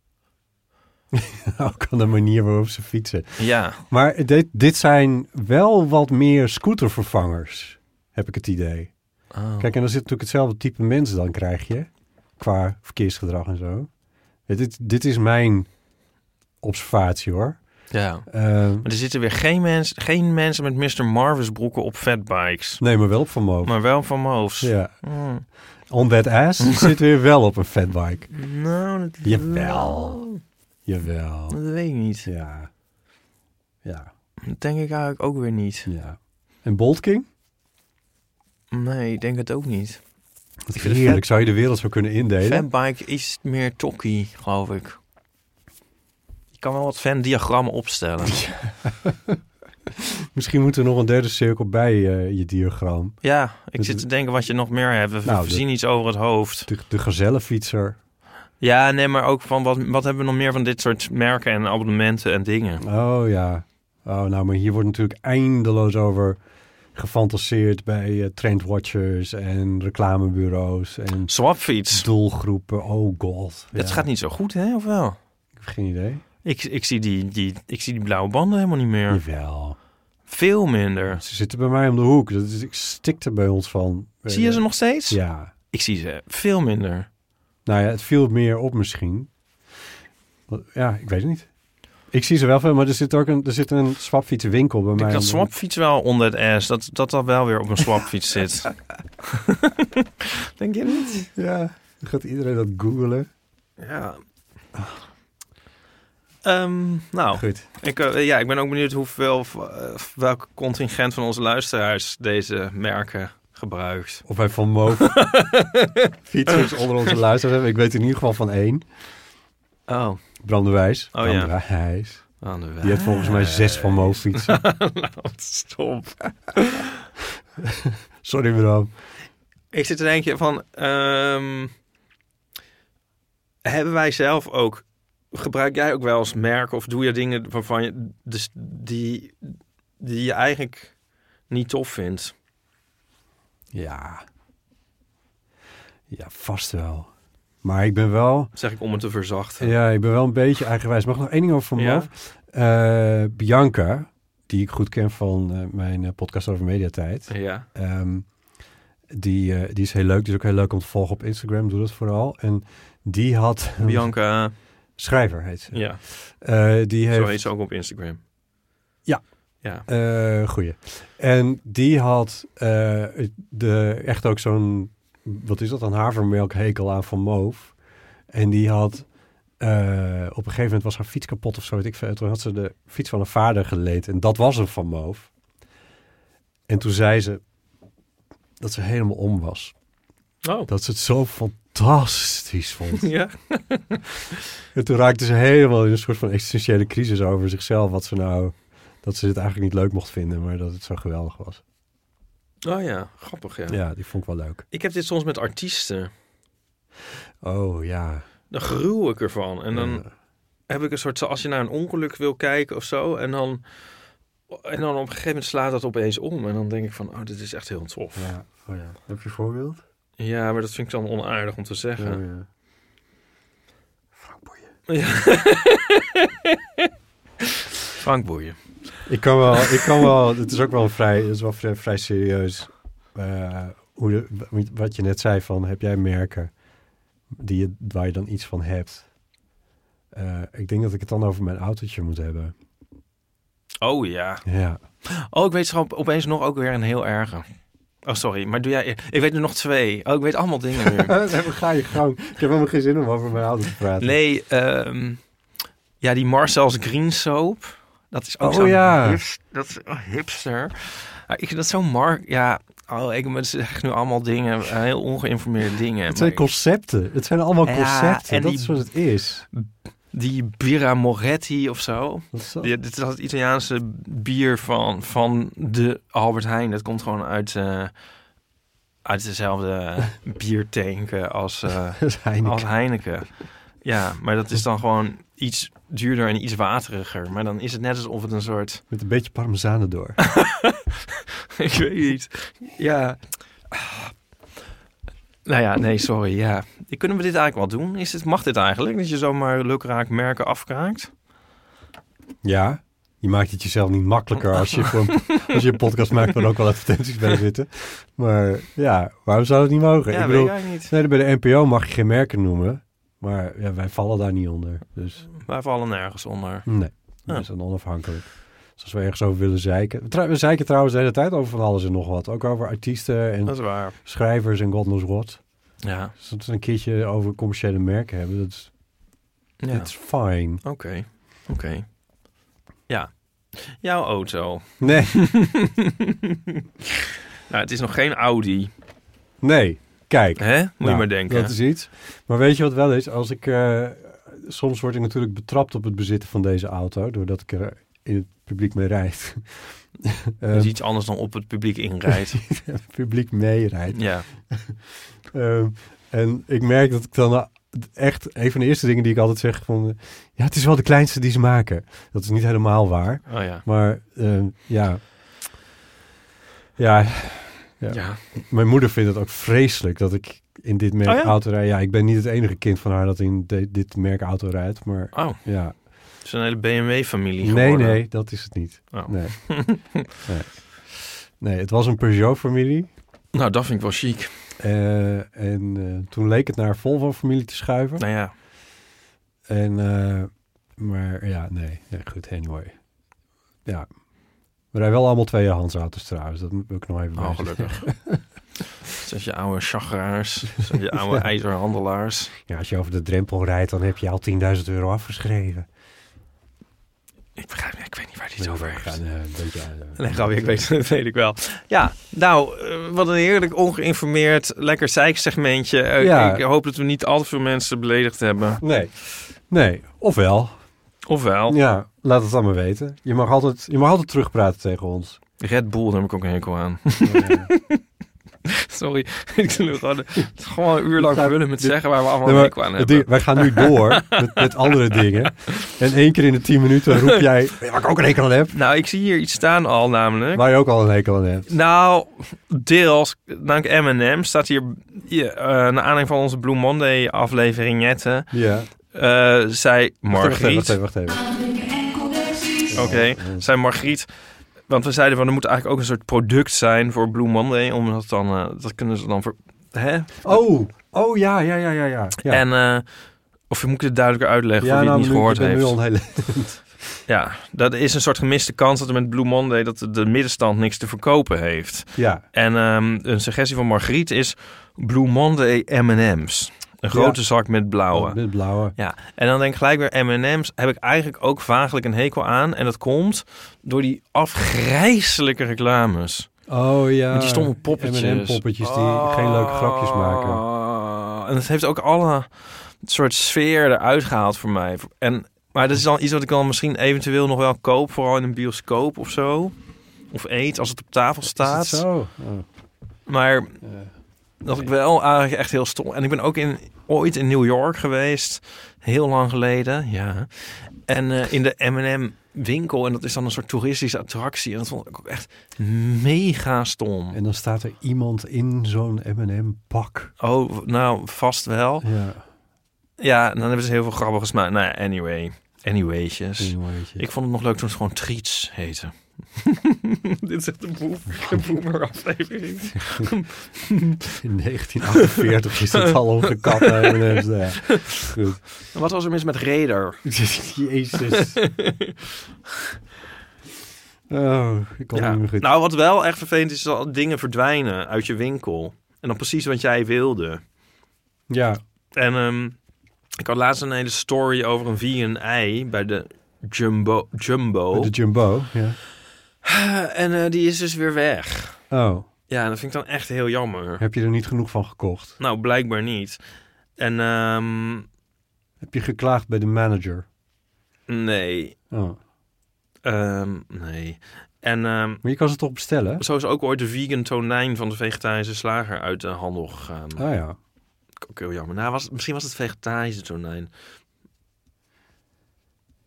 C: ook aan de manier waarop ze fietsen.
D: Ja,
C: Maar dit, dit zijn wel wat meer scootervervangers, heb ik het idee.
D: Oh.
C: Kijk, en dan zit natuurlijk hetzelfde type mensen dan krijg je, qua verkeersgedrag en zo. Dit- Dit, dit is mijn observatie hoor.
D: ja.
C: Eh,
D: Maar er zitten weer geen, mens, geen mensen met Mr. Marvis broeken op fatbikes.
C: nee, maar wel op vermogen.
D: Maar wel van mijn hoofd.
C: Ja.
D: Mm.
C: On that ass (laughs) zit weer wel op een fatbike.
D: Nou, dat...
C: Jawel. Jawel.
D: Dat weet ik niet.
C: Ja. Ja,
D: Dat denk ik eigenlijk ook weer niet.
C: ja. En Bolt King?
D: Nee, ik denk het ook niet.
C: Dat is
D: vind het
C: heerlijk. Zou je de wereld zo kunnen indelen?
D: Fanbike is meer tokkie, geloof ik. Je kan wel wat fan-diagrammen opstellen.
C: Misschien moet er nog een derde cirkel bij eh, je diagram.
D: Ja, ik
C: Dus-
D: zit te denken wat je nog meer hebt. We
C: Nou,
D: we
C: de-
D: zien iets over het hoofd.
C: De, de gazellenfietser.
D: Ja, nee, maar ook van wat, wat hebben we nog meer van dit soort merken en abonnementen en dingen.
C: Oh ja. Oh, nou, maar hier wordt natuurlijk eindeloos over gefantaseerd bij eh, trendwatchers en reclamebureaus en
D: Swapfiets.
C: doelgroepen. Oh god.
D: Dat
C: Ja,
D: gaat niet zo goed, hè? Of wel?
C: Ik heb geen idee.
D: Ik, ik, zie die, die, ik zie die blauwe banden helemaal niet meer.
C: Jawel.
D: Veel minder.
C: Ze zitten bij mij om de hoek. Dat is, ik stik er bij ons van.
D: Zie je ze nog steeds?
C: Ja.
D: Ik zie ze veel minder.
C: Nou ja, het viel meer op misschien. Ja, ik weet het niet. Ik zie ze wel veel, maar er zit ook een, er zit een swapfietsenwinkel bij
D: Ik
C: mij.
D: denk dat
C: om de-
D: swapfiets wel onder het S. Dat dat, dat wel weer op een swapfiets (laughs) zit. Denk je niet?
C: Ja, dan gaat iedereen dat googelen.
D: Ja. Ehm, nou,
C: Goed.
D: ik, eh, ja, ik ben ook benieuwd hoeveel, eh, welk contingent van onze luisteraars deze merken gebruikt.
C: Of wij van Moof (laughs) fietsers onder onze luisteraars hebben. Ik weet in ieder geval van één.
D: Oh,
C: Bram de Wijs.
D: Oh,
C: Bram
D: ja.
C: de Wijs.
D: aan de weg.
C: Die heeft volgens mij zes van Moof
D: (laughs)
C: fietsen.
D: Stop.
C: Sorry Bram.
D: Ik zit te denken van... ehm, hebben wij zelf ook... Gebruik jij ook wel eens merken of doe je dingen waarvan je... Dus die, die je eigenlijk niet tof vindt?
C: Ja. Ja, vast wel. Maar ik ben wel...
D: Dat zeg ik om het te verzachten.
C: Ja, ik ben wel een beetje eigenwijs. Mag ik nog één ding over Van
D: Ja?
C: Moof? Eh, Bianca, die ik goed ken van eh, mijn eh, podcast over mediatijd.
D: Ja.
C: Ehm, die, eh, die is heel leuk. Die is ook heel leuk om te volgen op Instagram. Doe dat vooral. En die had... een
D: Bianca,
C: Schrijver heet ze.
D: ja.
C: Eh, die
D: Zo
C: heeft...
D: heet ze ook op Instagram.
C: Ja.
D: Ja.
C: eh, goeie. En die had eh, de, echt ook zo'n... Wat is dat? Een havermelkhekel aan Van Moof. En die had... eh, op een gegeven moment was haar fiets kapot of zo. Weet ik veel. Toen had ze de fiets van haar vader geleend. En dat was een Van Moof. En toen zei ze dat ze helemaal om was.
D: Oh.
C: Dat ze het zo fantastisch
D: (laughs)
C: vond.
D: Ja.
C: En toen raakte ze helemaal in een soort van existentiële crisis over zichzelf. Wat ze nou, dat ze dit eigenlijk niet leuk mocht vinden, maar dat het zo geweldig was.
D: Oh ja, grappig ja.
C: Ja, die vond ik wel leuk.
D: Ik heb dit soms met artiesten.
C: Oh ja.
D: Dan gruw ik ervan. En dan,
C: Ja.
D: heb ik een soort, als je naar een ongeluk wil kijken of zo, en dan, en dan op een gegeven moment slaat dat opeens om. En dan denk ik van, oh, dit is echt heel tof. Ja,
C: ja. Oh, ja. Heb je een voorbeeld?
D: maar dat vind ik dan onaardig om te zeggen.
C: Oh, ja. Frank Boeien.
D: Frank Boeien.
C: Ik kan wel, ik kan wel, het is ook wel een vrij, het is wel vrij, vrij serieus. eh, hoe de- wat je net zei van, heb jij merken die je, waar je dan iets van hebt? Eh, ik denk dat ik het dan over mijn autootje moet hebben.
D: Oh ja.
C: Ja. (laughs)
D: Oh, ik weet zo opeens nog ook weer een heel erge. Oh, sorry, maar doe jij... Ik weet er nog twee. Oh, ik weet allemaal dingen (laughs) nu.
C: Eh, ga je gang. Ik heb helemaal geen zin om over mijn auto te praten.
D: Nee, ehm, ja, die Marcel's Green Soap. Dat is ook
C: Oh,
D: zo'n
C: ja.
D: hipst- dat is een hipster. Maar ik vind dat zo'n mark... Ja, oh, ik ben- zeg nu allemaal dingen, eh, heel ongeïnformeerde dingen.
C: (laughs) Het zijn
D: Maar
C: concepten. Het zijn allemaal
D: Ja,
C: concepten.
D: en
C: dat
D: die-
C: is wat het is.
D: Die Bira Moretti of zo.
C: Dat is zo-
D: Die, dit is dat Italiaanse bier van, van de Albert Heijn. Dat komt gewoon uit, eh, uit
C: (laughs)
D: dezelfde biertanken als... eh,
C: (laughs) dat is Heineken.
D: Als Heineken. Ja, maar dat is dan gewoon iets duurder en iets wateriger. Maar dan is het net alsof het een soort... (laughs)
C: Met een beetje parmezanen door.
D: ik weet niet. Ja. Ah. Nou ja, nee, sorry. Ja. Kunnen we dit eigenlijk wel doen? Is het, mag dit eigenlijk? Dat je zomaar lukraak merken afkraakt?
C: ja. Je maakt het jezelf niet makkelijker als je, voor
D: (laughs)
C: een, (laughs) als je een podcast maakt waar ook wel advertenties bij zitten. Maar ja, waarom zou het niet mogen?
D: Ja,
C: ik
D: weet
C: bedoel,
D: ik eigenlijk niet.
C: nee, bij de NPO mag je geen merken noemen. Maar ja, wij vallen daar niet onder. Dus
D: Wij vallen nergens onder.
C: nee, dat
D: Ja.
C: is dan onafhankelijk. Dus als we ergens over willen zeiken. Trou- We zeiken trouwens de hele tijd over van alles en nog wat. Ook over artiesten en
D: Dat is waar.
C: schrijvers en god knows what.
D: Ja.
C: Dus dat we een keertje over commerciële merken hebben, dat is
D: ja. Oh.
C: it's fine.
D: Oké. Oké. Ja. Jouw auto.
C: Nee,
D: Nou, het is nog geen Audi.
C: nee, kijk.
D: Hè? Moet
C: Nou,
D: je maar denken.
C: Dat is iets. Maar weet je wat wel is? Als ik, eh, soms word ik natuurlijk betrapt op het bezitten van deze auto, doordat ik er in het publiek mee rijd. (laughs)
D: Dat
C: Eh,
D: is iets anders dan op het publiek
C: (laughs)
D: inrijdt.
C: het publiek mee rijd.
D: ja.
C: Ehm, en ik merk dat ik dan eh, echt, een van de eerste dingen die ik altijd zeg van, eh, ja, het is wel de kleinste die ze maken. Dat is niet helemaal waar.
D: Oh ja.
C: Maar eh, ja, eh, Ja, Ja.
D: Ja.
C: mijn moeder vindt het ook vreselijk dat ik in dit merk
D: Oh ja?
C: auto rijd. Ja, ik ben niet het enige kind van haar dat in de- dit merk auto rijdt. Maar
D: Oh,
C: ja,
D: het is een hele BMW-familie
C: nee,
D: geworden.
C: nee, dat is het niet.
D: Oh. (laughs)
C: Nee. nee. Nee, het was een Peugeot-familie.
D: Nou, dat vind ik wel chic.
C: eh, en eh, toen leek het naar een Volvo-familie te schuiven.
D: Nou ja,
C: En, eh, maar ja, nee. Ja, goed, anyway. Ja. We rijden wel allemaal tweedehands auto's trouwens. Dat wil ik nog even bij
D: oh, gelukkig. Zet je oude chagraars, zet je
C: (laughs)
D: oude ijzerhandelaars.
C: zeggen. (laughs) Ja, als je over de drempel rijdt, dan heb je al 10.000 euro afgeschreven.
D: Ik begrijp niet, ik weet niet waar dit over
C: Ja,
D: gaat.
C: nee, een beetje,
D: (laughs)
C: eh,
D: Nee, grapje, ik weet, dat weet ik wel. Ja, nou, eh, wat een heerlijk ongeïnformeerd, lekker zeiksegmentje. Eh,
C: Ja.
D: Ik hoop dat we niet al te veel mensen beledigd hebben.
C: Nee. Nee, ofwel.
D: Ofwel,
C: Ja, laat het allemaal weten. Je mag altijd, je mag altijd terugpraten tegen ons.
D: Red Bull, daar heb ik ook een hekel aan. (laughs)
C: Eh,
D: Sorry, (laughs) ik doe gewoon, het is gewoon een uur lang
C: Ja,
D: vullen met
C: dit-
D: zeggen waar we allemaal
C: nee,
D: een
C: maar
D: hekel aan
C: het
D: hebben.
C: ding- wij gaan nu door met, met andere dingen. En één keer in de 10 minuten roep jij, waar ik ook een hekel aan heb.
D: Nou, ik zie hier iets staan al namelijk.
C: Waar je ook al een hekel aan hebt.
D: Nou, deels, dank M&M, staat hier, hier eh, naar aanleiding van onze Blue Monday aflevering netten,
C: Ja.
D: eh
C: Wacht
D: zei
C: even, wacht
D: Margriet,
C: even, wacht even.
D: oké, zei Margriet, want we zeiden van er moet eigenlijk ook een soort product zijn voor Blue Monday, omdat dan, eh, dat kunnen ze dan voor, hè?
C: Oh, oh ja, ja, ja, ja, ja. ja.
D: En, eh, of moet ik het duidelijker uitleggen
C: ja,
D: voor wie
C: nou,
D: het niet
C: nu-
D: gehoord
C: ik ben
D: heeft?
C: Nu al een hele... (laughs)
D: Ja, dat is een soort gemiste kans dat er met Blue Monday dat de- de middenstand niks te verkopen heeft.
C: Ja,
D: En ehm, een suggestie van Margriet is Blue Monday M&M's. Een grote zak met blauwe.
C: Oh, dit blauwe.
D: Ja, en dan denk ik gelijk weer M&M's heb ik eigenlijk ook vaaglijk een hekel aan. En dat komt door die afgrijzelijke reclames.
C: Oh ja.
D: Met die stomme poppetjes.
C: M&M-poppetjes die geen leuke grapjes maken.
D: Oh. En dat heeft ook alle soort sfeer eruit gehaald voor mij. En, maar dat is dan iets wat ik dan misschien eventueel nog wel koop. Vooral in een bioscoop of zo. Of eet als het op tafel staat.
C: Is dat zo? Oh,
D: Maar
C: eh.
D: dat ik wel eigenlijk echt heel stom. En ik ben ook in, ooit in New York geweest. Heel lang geleden, ja. En eh, in de M&M winkel. En dat is dan een soort toeristische attractie. En dat vond ik ook echt mega stom.
C: En dan staat er iemand in zo'n M&M-pak.
D: Oh, nou, vast wel.
C: Ja,
D: Ja, en dan hebben ze heel veel grappige smaak. Nou ja, anyway. Anywaysjes.
C: een mooitje.
D: Ik vond het nog leuk toen ze gewoon treats heten. (laughs) Dit is echt een boem- een boomer aflevering.
C: 1948 is het al omgekapt. hè, M&M's, ja. Goed.
D: Wat was er mis met Raider?
C: Jezus. Oh, ik kon
D: Ja.
C: niet meer goed.
D: Nou, wat wel echt vervelend is, is dat dingen verdwijnen uit je winkel. En dan precies wat jij wilde.
C: ja.
D: En ehm, ik had laatst een hele story over een vegan ei bij de Jumbo. Jumbo.
C: De Jumbo, ja.
D: En eh, die is dus weer weg.
C: Oh,
D: Ja, dat vind ik dan echt heel jammer.
C: heb je er niet genoeg van gekocht?
D: Nou, blijkbaar niet. En ehm,
C: Heb je geklaagd bij de manager?
D: nee.
C: Oh.
D: Ehm, nee. En ehm,
C: Maar je kan ze toch bestellen?
D: zo is ook ooit de vegan tonijn van de vegetarische slager uit de handel gegaan.
C: Ah ja.
D: ook heel jammer. Nou, was, misschien was het vegetarische tonijn.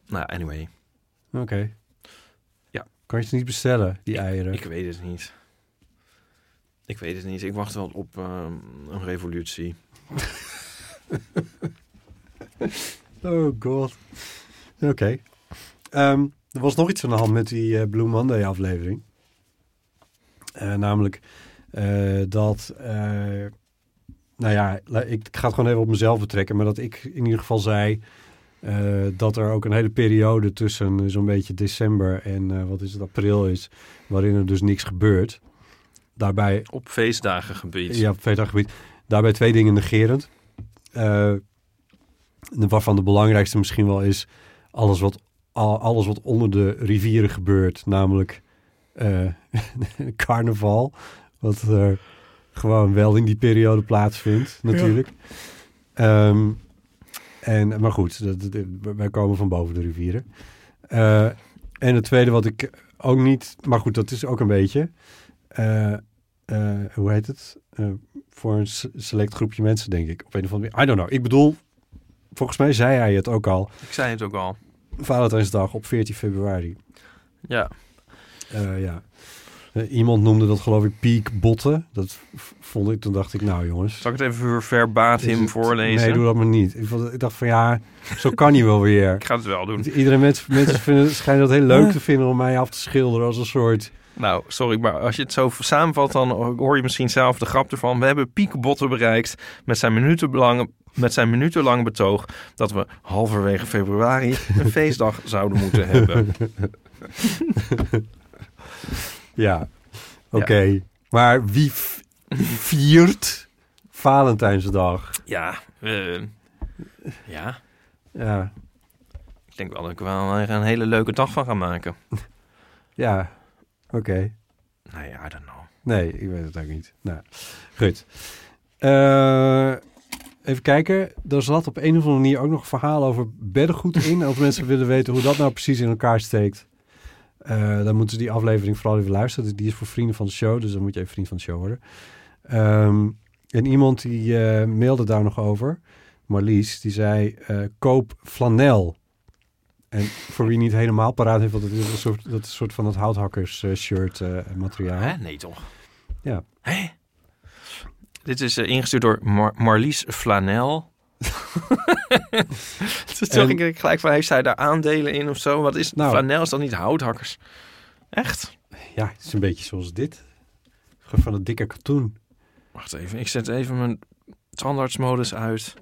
D: Nou, anyway.
C: Oké.
D: Ja.
C: Kan je ze niet bestellen, die eieren?
D: Ik weet het niet. Ik weet het niet. Ik wacht wel op ehm, een revolutie.
C: Oh god. Oké. Ehm, er was nog iets aan de hand met die eh, Blue Monday aflevering. Eh, namelijk eh, dat... eh, nou ja, la- ik, ik ga het gewoon even op mezelf betrekken. Maar dat ik in ieder geval zei... eh, dat er ook een hele periode tussen eh, zo'n beetje december en eh, wat is het, april is... waarin er dus niks gebeurt. Daarbij
D: Op feestdagengebied.
C: ja, op veterinair gebied. Daarbij twee dingen negerend. Eh, waarvan de belangrijkste misschien wel is alles wat, al- alles wat onder de rivieren gebeurt. Namelijk eh, (laughs) carnaval. Wat er gewoon wel in die periode plaatsvindt, natuurlijk. Ehm, en, maar goed, dat, dat- wij komen van boven de rivieren. Eh, en het tweede wat ik ook niet... Maar goed, dat is ook een beetje... eh, eh, hoe heet het? Eh, voor een s- select groepje mensen, denk ik. Op een of andere manier. I don't know. Ik bedoel, volgens mij zei hij het ook al.
D: Ik zei het ook al.
C: Valentijnsdag op 14 februari.
D: Ja.
C: Eh, ja. Eh, iemand noemde dat geloof ik piekbotten. Dat v- vond ik, toen dacht ik, nou jongens.
D: Zal ik het even verbatim
C: Is het-
D: voorlezen?
C: Nee, doe dat maar niet. Ik, vond- ik dacht van ja, zo kan hij wel weer.
D: Ik (laughs) ga het wel doen.
C: Iedere mens, mensen vinden, schijnen dat heel leuk te vinden om mij af te schilderen als een soort...
D: Nou, sorry, maar als je het zo samenvat, dan hoor je misschien zelf de grap ervan. We hebben piekbotten bereikt met zijn minutenbelang, met zijn minutenlang betoog dat we halverwege februari
C: (laughs)
D: een feestdag zouden moeten hebben.
C: Ja, oké. Maar wie f- viert Valentijnsdag?
D: Ja, eh, ja,
C: Ja,
D: ik denk wel dat ik er wel er een hele leuke dag van ga maken.
C: ja, oké.
D: Nou ja, I don't know.
C: Nee, ik weet het ook niet. Nou, goed. Eh, even kijken. Er zat op een of andere manier ook nog een verhaal over beddengoed in. Als mensen willen weten hoe dat nou precies in elkaar steekt, eh, dan moeten ze die aflevering vooral even luisteren. Die is voor vrienden van de show, dus dan moet je even vriend van de show worden. Ehm, en iemand die eh, mailde daar nog over, Marlies, die zei: eh, koop flanel. En voor wie niet helemaal paraat heeft, want het is een soort, dat is een soort van dat houthakkers eh, shirt eh, materiaal.
D: Hè? Nee, toch?
C: Ja.
D: Hé? Dit is eh, ingestuurd door Mar- Marlies (laughs) Flanel. Toen dacht
C: En-
D: ik gelijk van, heeft zij daar aandelen in of zo? Wat is
C: Nou.
D: Flanel? Is dat niet houthakkers? Echt?
C: Ja, het is een beetje zoals dit. Gewoon Van het dikke katoen.
D: Wacht even, ik zet even mijn tandartsmodus uit.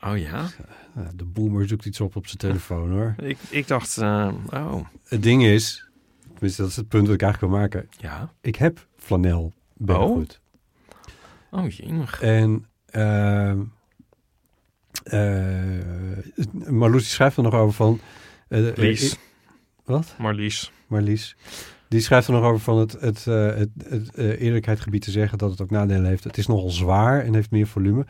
D: Oh ja?
C: Nou, De boomer zoekt iets op op zijn telefoon
D: (laughs)
C: hoor.
D: Ik, ik dacht, eh, oh,
C: Het ding is, tenminste dat is het punt dat ik eigenlijk wil maken.
D: ja.
C: Ik heb flanel beddengoed.
D: Oh jemig.
C: En ehm eh, Marloes die schrijft er nog over van... eh, eh,
D: Lies.
C: eh, wat?
D: Marlies.
C: Marlies. Die schrijft er nog over van het, het, eh, het, het eh, eerlijkheidsgebied te zeggen dat het ook nadelen heeft. Het is nogal zwaar en heeft meer volume,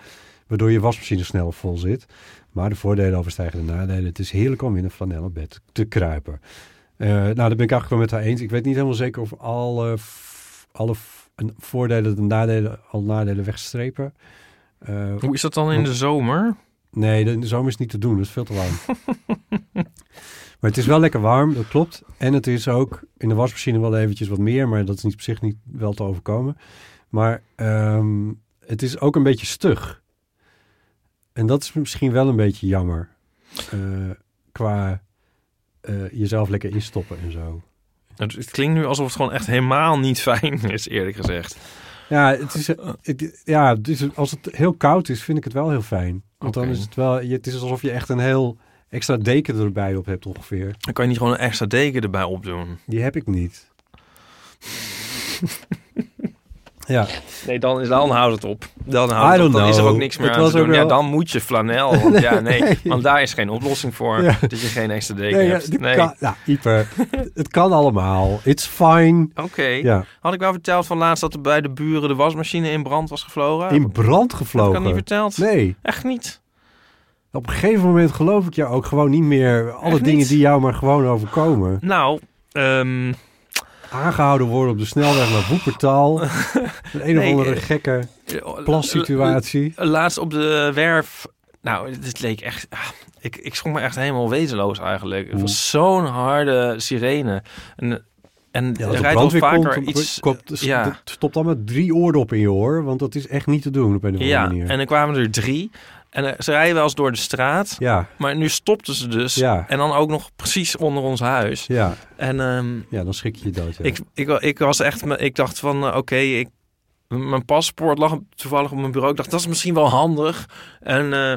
C: waardoor je wasmachine sneller vol zit. Maar de voordelen overstijgen de nadelen. Het is heerlijk om in een flanellen bed te kruipen. Eh, nou, daar ben ik eigenlijk wel met haar eens. Ik weet niet helemaal zeker of alle, f- alle f- en voordelen de nadelen al nadelen wegstrepen. Eh,
D: Hoe is dat dan in de zomer?
C: Nee, de de zomer is niet te doen. Dat is veel te warm. maar het is wel lekker warm, dat klopt. En het is ook in de wasmachine wel eventjes wat meer. Maar dat is niet op zich niet wel te overkomen. Maar ehm, het is ook een beetje stug. En dat is misschien wel een beetje jammer. eh, qua eh, jezelf lekker instoppen en zo.
D: Het, het klinkt nu alsof het gewoon echt helemaal niet (laughs) fijn is, eerlijk gezegd.
C: Ja, het is, het- ja dus als het heel koud is, vind ik het wel heel fijn. Want
D: Oké.
C: dan is het wel... je- Het is alsof je echt een heel extra deken erbij op hebt ongeveer.
D: Dan kan je niet gewoon een extra deken erbij opdoen.
C: Die heb ik
D: (laughs)
C: niet. ja,
D: Nee, dan, is- dan houdt het op. Dan,
C: I
D: houdt het op.
C: don't
D: dan is er
C: know.
D: ook niks meer
C: Het
D: aan
C: was
D: te
C: ook
D: doen. Ja,
C: wel-
D: dan moet je
C: (laughs)
D: flanel. Want, ja, nee, want daar is geen oplossing voor.
C: Ja.
D: Dat je geen extra deken
C: nee, ja,
D: hebt.
C: dit
D: Nee.
C: kan, nou, Ieper, het kan allemaal. It's fine.
D: Oké.
C: Ja,
D: Had ik wel verteld van laatst dat er bij de buren de wasmachine in brand was gevlogen?
C: in brand
D: Heb ik Ah. dat
C: gevlogen.
D: niet verteld?
C: nee,
D: Echt niet.
C: op een gegeven moment geloof ik jou ook gewoon niet meer. Alle
D: Echt
C: dingen
D: niet?
C: die jou maar gewoon overkomen.
D: Nou, ehm,
C: Aangehouden worden op de snelweg naar
D: (laughs)
C: Boepertaal. Een, een
D: Nee,
C: of andere
D: eh,
C: gekke plassituatie.
D: laatst op de werf. Nou, dit leek echt. ah, Ik, ik schrok me echt helemaal wezenloos eigenlijk. Het was zo'n harde sirene. En, en
C: Hm. Ja,
D: er
C: als de
D: rijdt wel
C: brandweer
D: vaker
C: komt,
D: iets. eh,
C: iets, komt
D: ja.
C: ja. stopt dan met drie oordoppen in je oor. Want dat is echt niet te doen op een of andere
D: Ja,
C: manier.
D: en dan kwamen er drie. En eh, ze rijden wel eens door de straat.
C: Ja,
D: Maar nu stopten ze dus.
C: Ja.
D: En dan ook nog precies onder ons huis.
C: ja,
D: En ehm,
C: ja, dan schrik je je dood. ja.
D: ik, ik, wa- ik was echt... me- Ik dacht van, eh, oké, ik... Mijn paspoort lag op- toevallig op mijn bureau. Ik dacht, dat is misschien wel handig. En eh,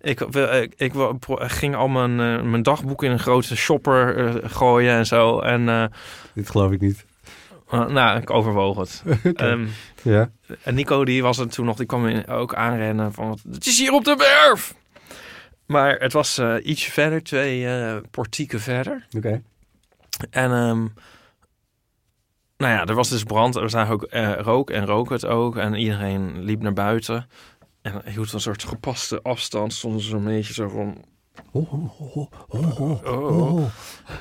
D: ik, wil- ik, ik wil- pro- ging al mijn, eh, mijn dagboek in een grote shopper eh, gooien en zo. En eh,
C: Dit geloof ik niet.
D: eh, nou, ik overwoog het. Ehm,
C: Ja.
D: En Nico, die was er toen nog, die kwam in, ook aanrennen van, "Wat- het is hier op de werf! Maar het was eh, ietsje verder, twee eh, portieken verder.
C: Oké.
D: En ehm, nou ja, er was dus brand, er zagen ook eh, rook en rook het ook. En iedereen liep naar buiten. En hield een soort gepaste afstand, stonden ze een beetje zo van... Oh.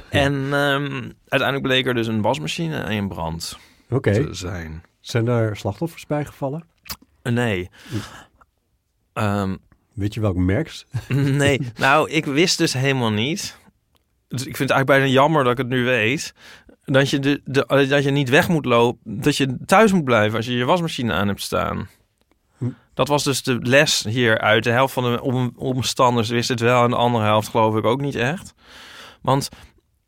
D: En ehm, uiteindelijk bleek er dus een wasmachine in brand
C: Oké.
D: te zijn.
C: Zijn daar slachtoffers bij gevallen?
D: Nee. Ehm,
C: Weet je welk merks?
D: (laughs) Nee, nou, ik wist dus helemaal niet dus ik vind het eigenlijk bijna jammer dat ik het nu weet. Dat je, de, de, eh, dat je niet weg moet lopen. Dat je thuis moet blijven als je je wasmachine aan hebt staan. Dat was dus de les hieruit. De helft van de om- omstanders wist het wel. En de andere helft geloof ik ook niet echt. Want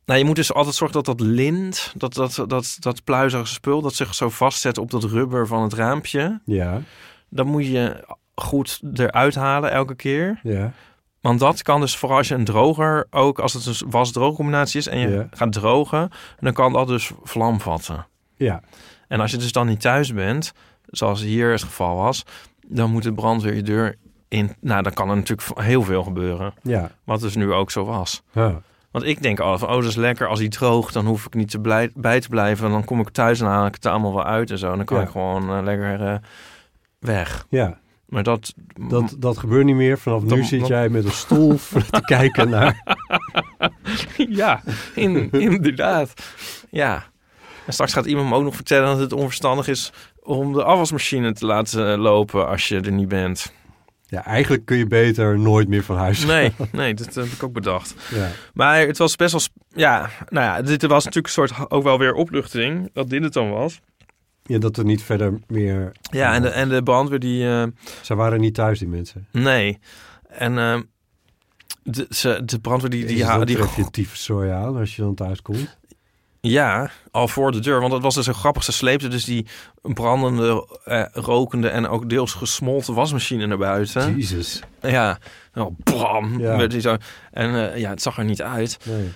D: nou, je moet dus altijd zorgen dat dat lint, dat, dat, dat, dat pluizige spul, dat zich zo vastzet op dat rubber van het raampje.
C: Ja,
D: Dat moet je goed eruit halen elke keer.
C: ja.
D: Want dat kan dus vooral als je een droger, ook als het een was-droog combinatie is en je
C: Ja.
D: gaat drogen, dan kan dat dus vlam vatten.
C: Ja,
D: En als je dus dan niet thuis bent, zoals hier het geval was, dan moet de brandweer je deur in. Nou, dan kan er natuurlijk heel veel gebeuren.
C: ja.
D: Wat dus nu ook zo was.
C: ja.
D: Want ik denk al van, oh, dat is lekker. Als die droogt, dan hoef ik niet te blij, bij te blijven. En dan kom ik thuis en dan haal ik het er allemaal wel uit en zo. En dan kan
C: Ja.
D: ik gewoon eh, lekker eh, weg.
C: ja.
D: Maar dat...
C: Dat, dat gebeurt niet meer. Vanaf nu
D: Dan-
C: zit
D: dan-
C: jij met een stoel (laughs) voor te kijken naar...
D: (laughs) ja, in, inderdaad. Ja. En straks gaat iemand me ook nog vertellen dat het onverstandig is... om de afwasmachine te laten eh, lopen als je er niet bent.
C: Ja, eigenlijk kun je beter nooit meer van huis gaan.
D: Nee, nee, dat eh, heb ik ook bedacht.
C: Ja.
D: Maar het was best wel... sp- Ja, nou ja, dit was natuurlijk een soort ook wel weer opluchting... dat dit het dan was.
C: ja, dat er niet verder meer...
D: Ja, en de, en de brandweer die... eh,
C: Ze waren niet thuis, die mensen.
D: Nee. En ehm, de, ze, de brandweer die... die,
C: Jezus,
D: ha-
C: dan
D: die
C: Dus tref je tyfuszooi aan als je dan thuis komt.
D: ja, al voor de deur. Want dat was dus zo grappig. Ze sleepten dus die brandende, eh, rokende en ook deels gesmolten wasmachine naar buiten.
C: Jezus.
D: Ja. Nou, bam.
C: Ja.
D: Werd die zo. En eh, ja, het zag er niet uit.
C: Nee.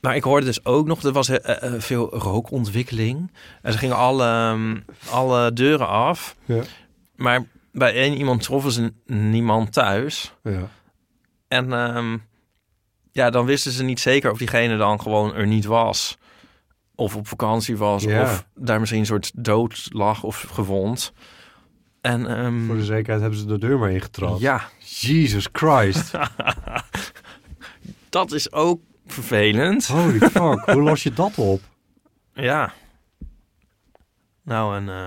D: Maar ik hoorde dus ook nog, er was eh, eh, veel rookontwikkeling. En ze gingen alle, ehm, alle deuren af.
C: Ja.
D: Maar bij één iemand troffen ze niemand thuis.
C: Ja.
D: En ehm, ja, dan wisten ze niet zeker of diegene dan gewoon er niet was. Of op vakantie was.
C: Ja.
D: Of daar misschien een soort dood lag of gewond. En ehm,
C: Voor de zekerheid hebben ze de deur maar ingetrapt.
D: ja,
C: Jesus Christ.
D: dat is ook vervelend.
C: Holy fuck. Hoe los je dat op? Oh.
D: Ja. Nou, en eh,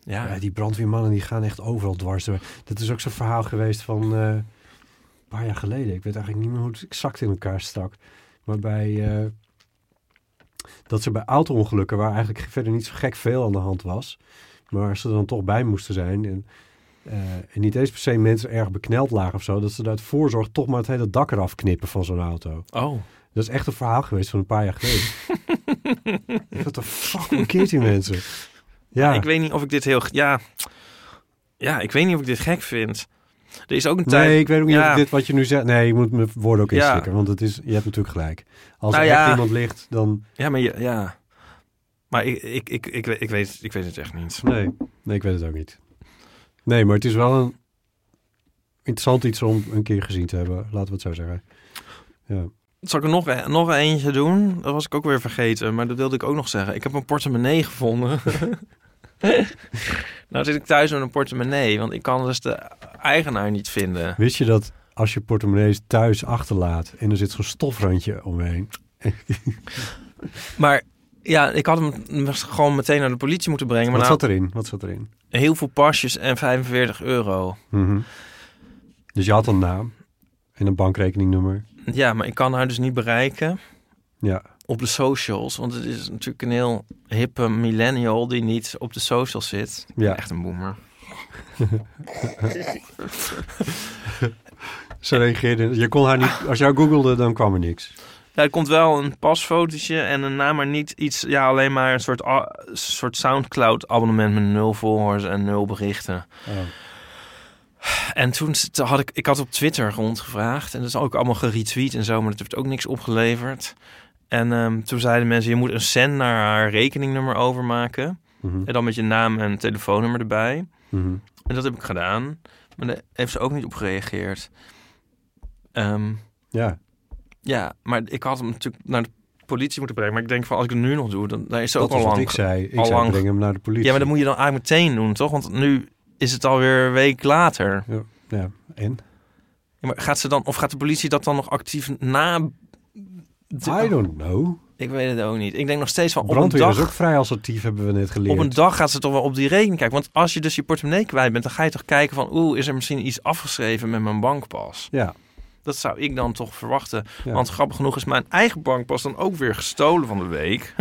D: ja.
C: Ja, die brandweermannen die gaan echt overal dwars door. Dat is ook zo'n verhaal geweest van eh, een paar jaar geleden. Ik weet eigenlijk niet meer hoe het exact in elkaar stak. Maar bij, eh, dat ze bij auto-ongelukken, waar eigenlijk verder niet zo gek veel aan de hand was. Maar ze er dan toch bij moesten zijn. En, eh, en niet eens per se mensen erg bekneld lagen of zo. Dat ze uit voorzorg toch maar het hele dak eraf knippen van zo'n auto.
D: Oh,
C: Dat is echt een verhaal geweest van een paar jaar
D: (laughs)
C: geleden. Wat de fuck, hoe keert die mensen? Ja.
D: ik weet niet of ik dit heel... Ja. ja, ik weet niet of ik dit gek vind. Er is ook een tijd...
C: Nee, ik weet ook niet
D: eh, Ja.
C: of dit wat je nu zegt. Nee, je moet mijn woorden ook
D: Ja.
C: instikken, want het is, je hebt natuurlijk gelijk. Als
D: Nou
C: er echt
D: ja.
C: iemand ligt, dan.
D: Ja, maar je, ja. Maar ik, ik, ik, ik, ik, weet, ik weet het echt niet.
C: Nee, nee, ik weet het ook niet. Nee, maar het is wel een interessant iets om een keer gezien te hebben. Laten we het zo zeggen. Ja.
D: Zal ik er nog, e- nog eentje doen? Dat was ik ook weer vergeten, maar dat wilde ik ook nog zeggen. Ik heb een portemonnee gevonden. (laughs) nou zit ik thuis met een portemonnee, want ik kan dus de eigenaar niet vinden.
C: Wist je dat als je portemonnees thuis achterlaat en er zit zo'n stofrandje omheen?
D: Maar ja, ik had hem m- gewoon meteen naar de politie moeten brengen. Maar
C: wat
D: nou,
C: zat erin? Wat zat erin?
D: heel veel pasjes en 45 euro.
C: Mhm. Dus je had een naam en een bankrekeningnummer.
D: Ja, maar ik kan haar dus niet bereiken
C: Ja.
D: op de socials. Want het is natuurlijk een heel hippe millennial die niet op de socials zit.
C: ja.
D: Echt een boomer.
C: Ze reageerde. Je kon haar
D: Ah.
C: niet. Als jou googelde, dan kwam er niks.
D: Ja, er komt wel een pasfotootje en een naam, maar niet iets... Ja, alleen maar een soort, a- soort Soundcloud-abonnement met nul volgers en nul berichten. En toen s- toen had ik... Ik had op Twitter rondgevraagd en dat is ook allemaal geretweet en zo, maar dat heeft ook niks opgeleverd. En ehm, toen zeiden mensen, je moet een cent naar haar rekeningnummer overmaken.
C: Mhm,
D: En dan met je naam en telefoonnummer erbij.
C: mhm.
D: En dat heb ik gedaan. Maar daar heeft ze ook niet op gereageerd. Ehm,
C: Ja.
D: ja, maar ik had hem natuurlijk naar de politie moeten brengen. Maar ik denk van als ik het nu nog doe, dan, dan is
C: Dat
D: het ook
C: was
D: al
C: wat
D: lang.
C: ik zei. Ik
D: al
C: zei,
D: lang-
C: breng hem naar de politie.
D: ja, maar dat moet je dan eigenlijk meteen doen, toch? Want nu is het alweer een week later.
C: Ja, en?
D: Ja, maar gaat ze dan, of gaat de politie dat dan nog actief na.
C: I don't know.
D: Ik weet het ook niet. Ik denk nog steeds van op een,
C: Brandweer is ook
D: dag,
C: vrij assertief, hebben we net geleerd.
D: op een dag gaat ze toch wel op die rekening kijken. Want als je dus je portemonnee kwijt bent, dan ga je toch kijken van... oeh, is er misschien iets afgeschreven met mijn bankpas?
C: Ja.
D: Dat zou ik dan toch verwachten.
C: Ja.
D: Want grappig genoeg is mijn eigen bankpas dan ook weer gestolen van de week.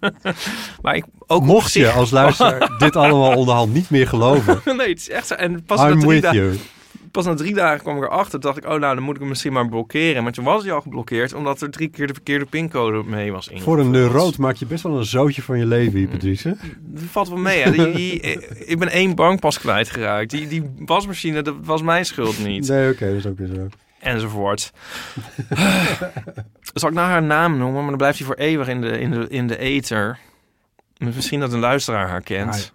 D: (laughs) maar ik ook op
C: Mocht je
D: zich-
C: als
D: (laughs)
C: luisteraar dit allemaal onderhand niet meer geloven.
D: nee, het is echt zo. En pas na,
C: I'm
D: drie
C: with
D: dagen,
C: you.
D: pas na drie dagen kwam ik erachter. Dacht ik, oh nou, dan moet ik hem misschien maar blokkeren. Maar toen was hij al geblokkeerd, omdat er drie keer de verkeerde pincode mee was ingevoerd.
C: Voor een neuroot maak je best wel een zootje van je leven, hier, Patrice.
D: Dat valt wel mee. Hè?
C: (laughs)
D: Die- die- eh, ik ben één bankpas kwijtgeraakt. Die, die wasmachine, dat was mijn schuld niet.
C: Nee, oké, dat is ook weer zo.
D: Enzovoort. (laughs) Zal ik nou haar naam noemen, maar dan blijft hij voor eeuwig in de, in de, in de ether. Misschien dat een luisteraar haar kent.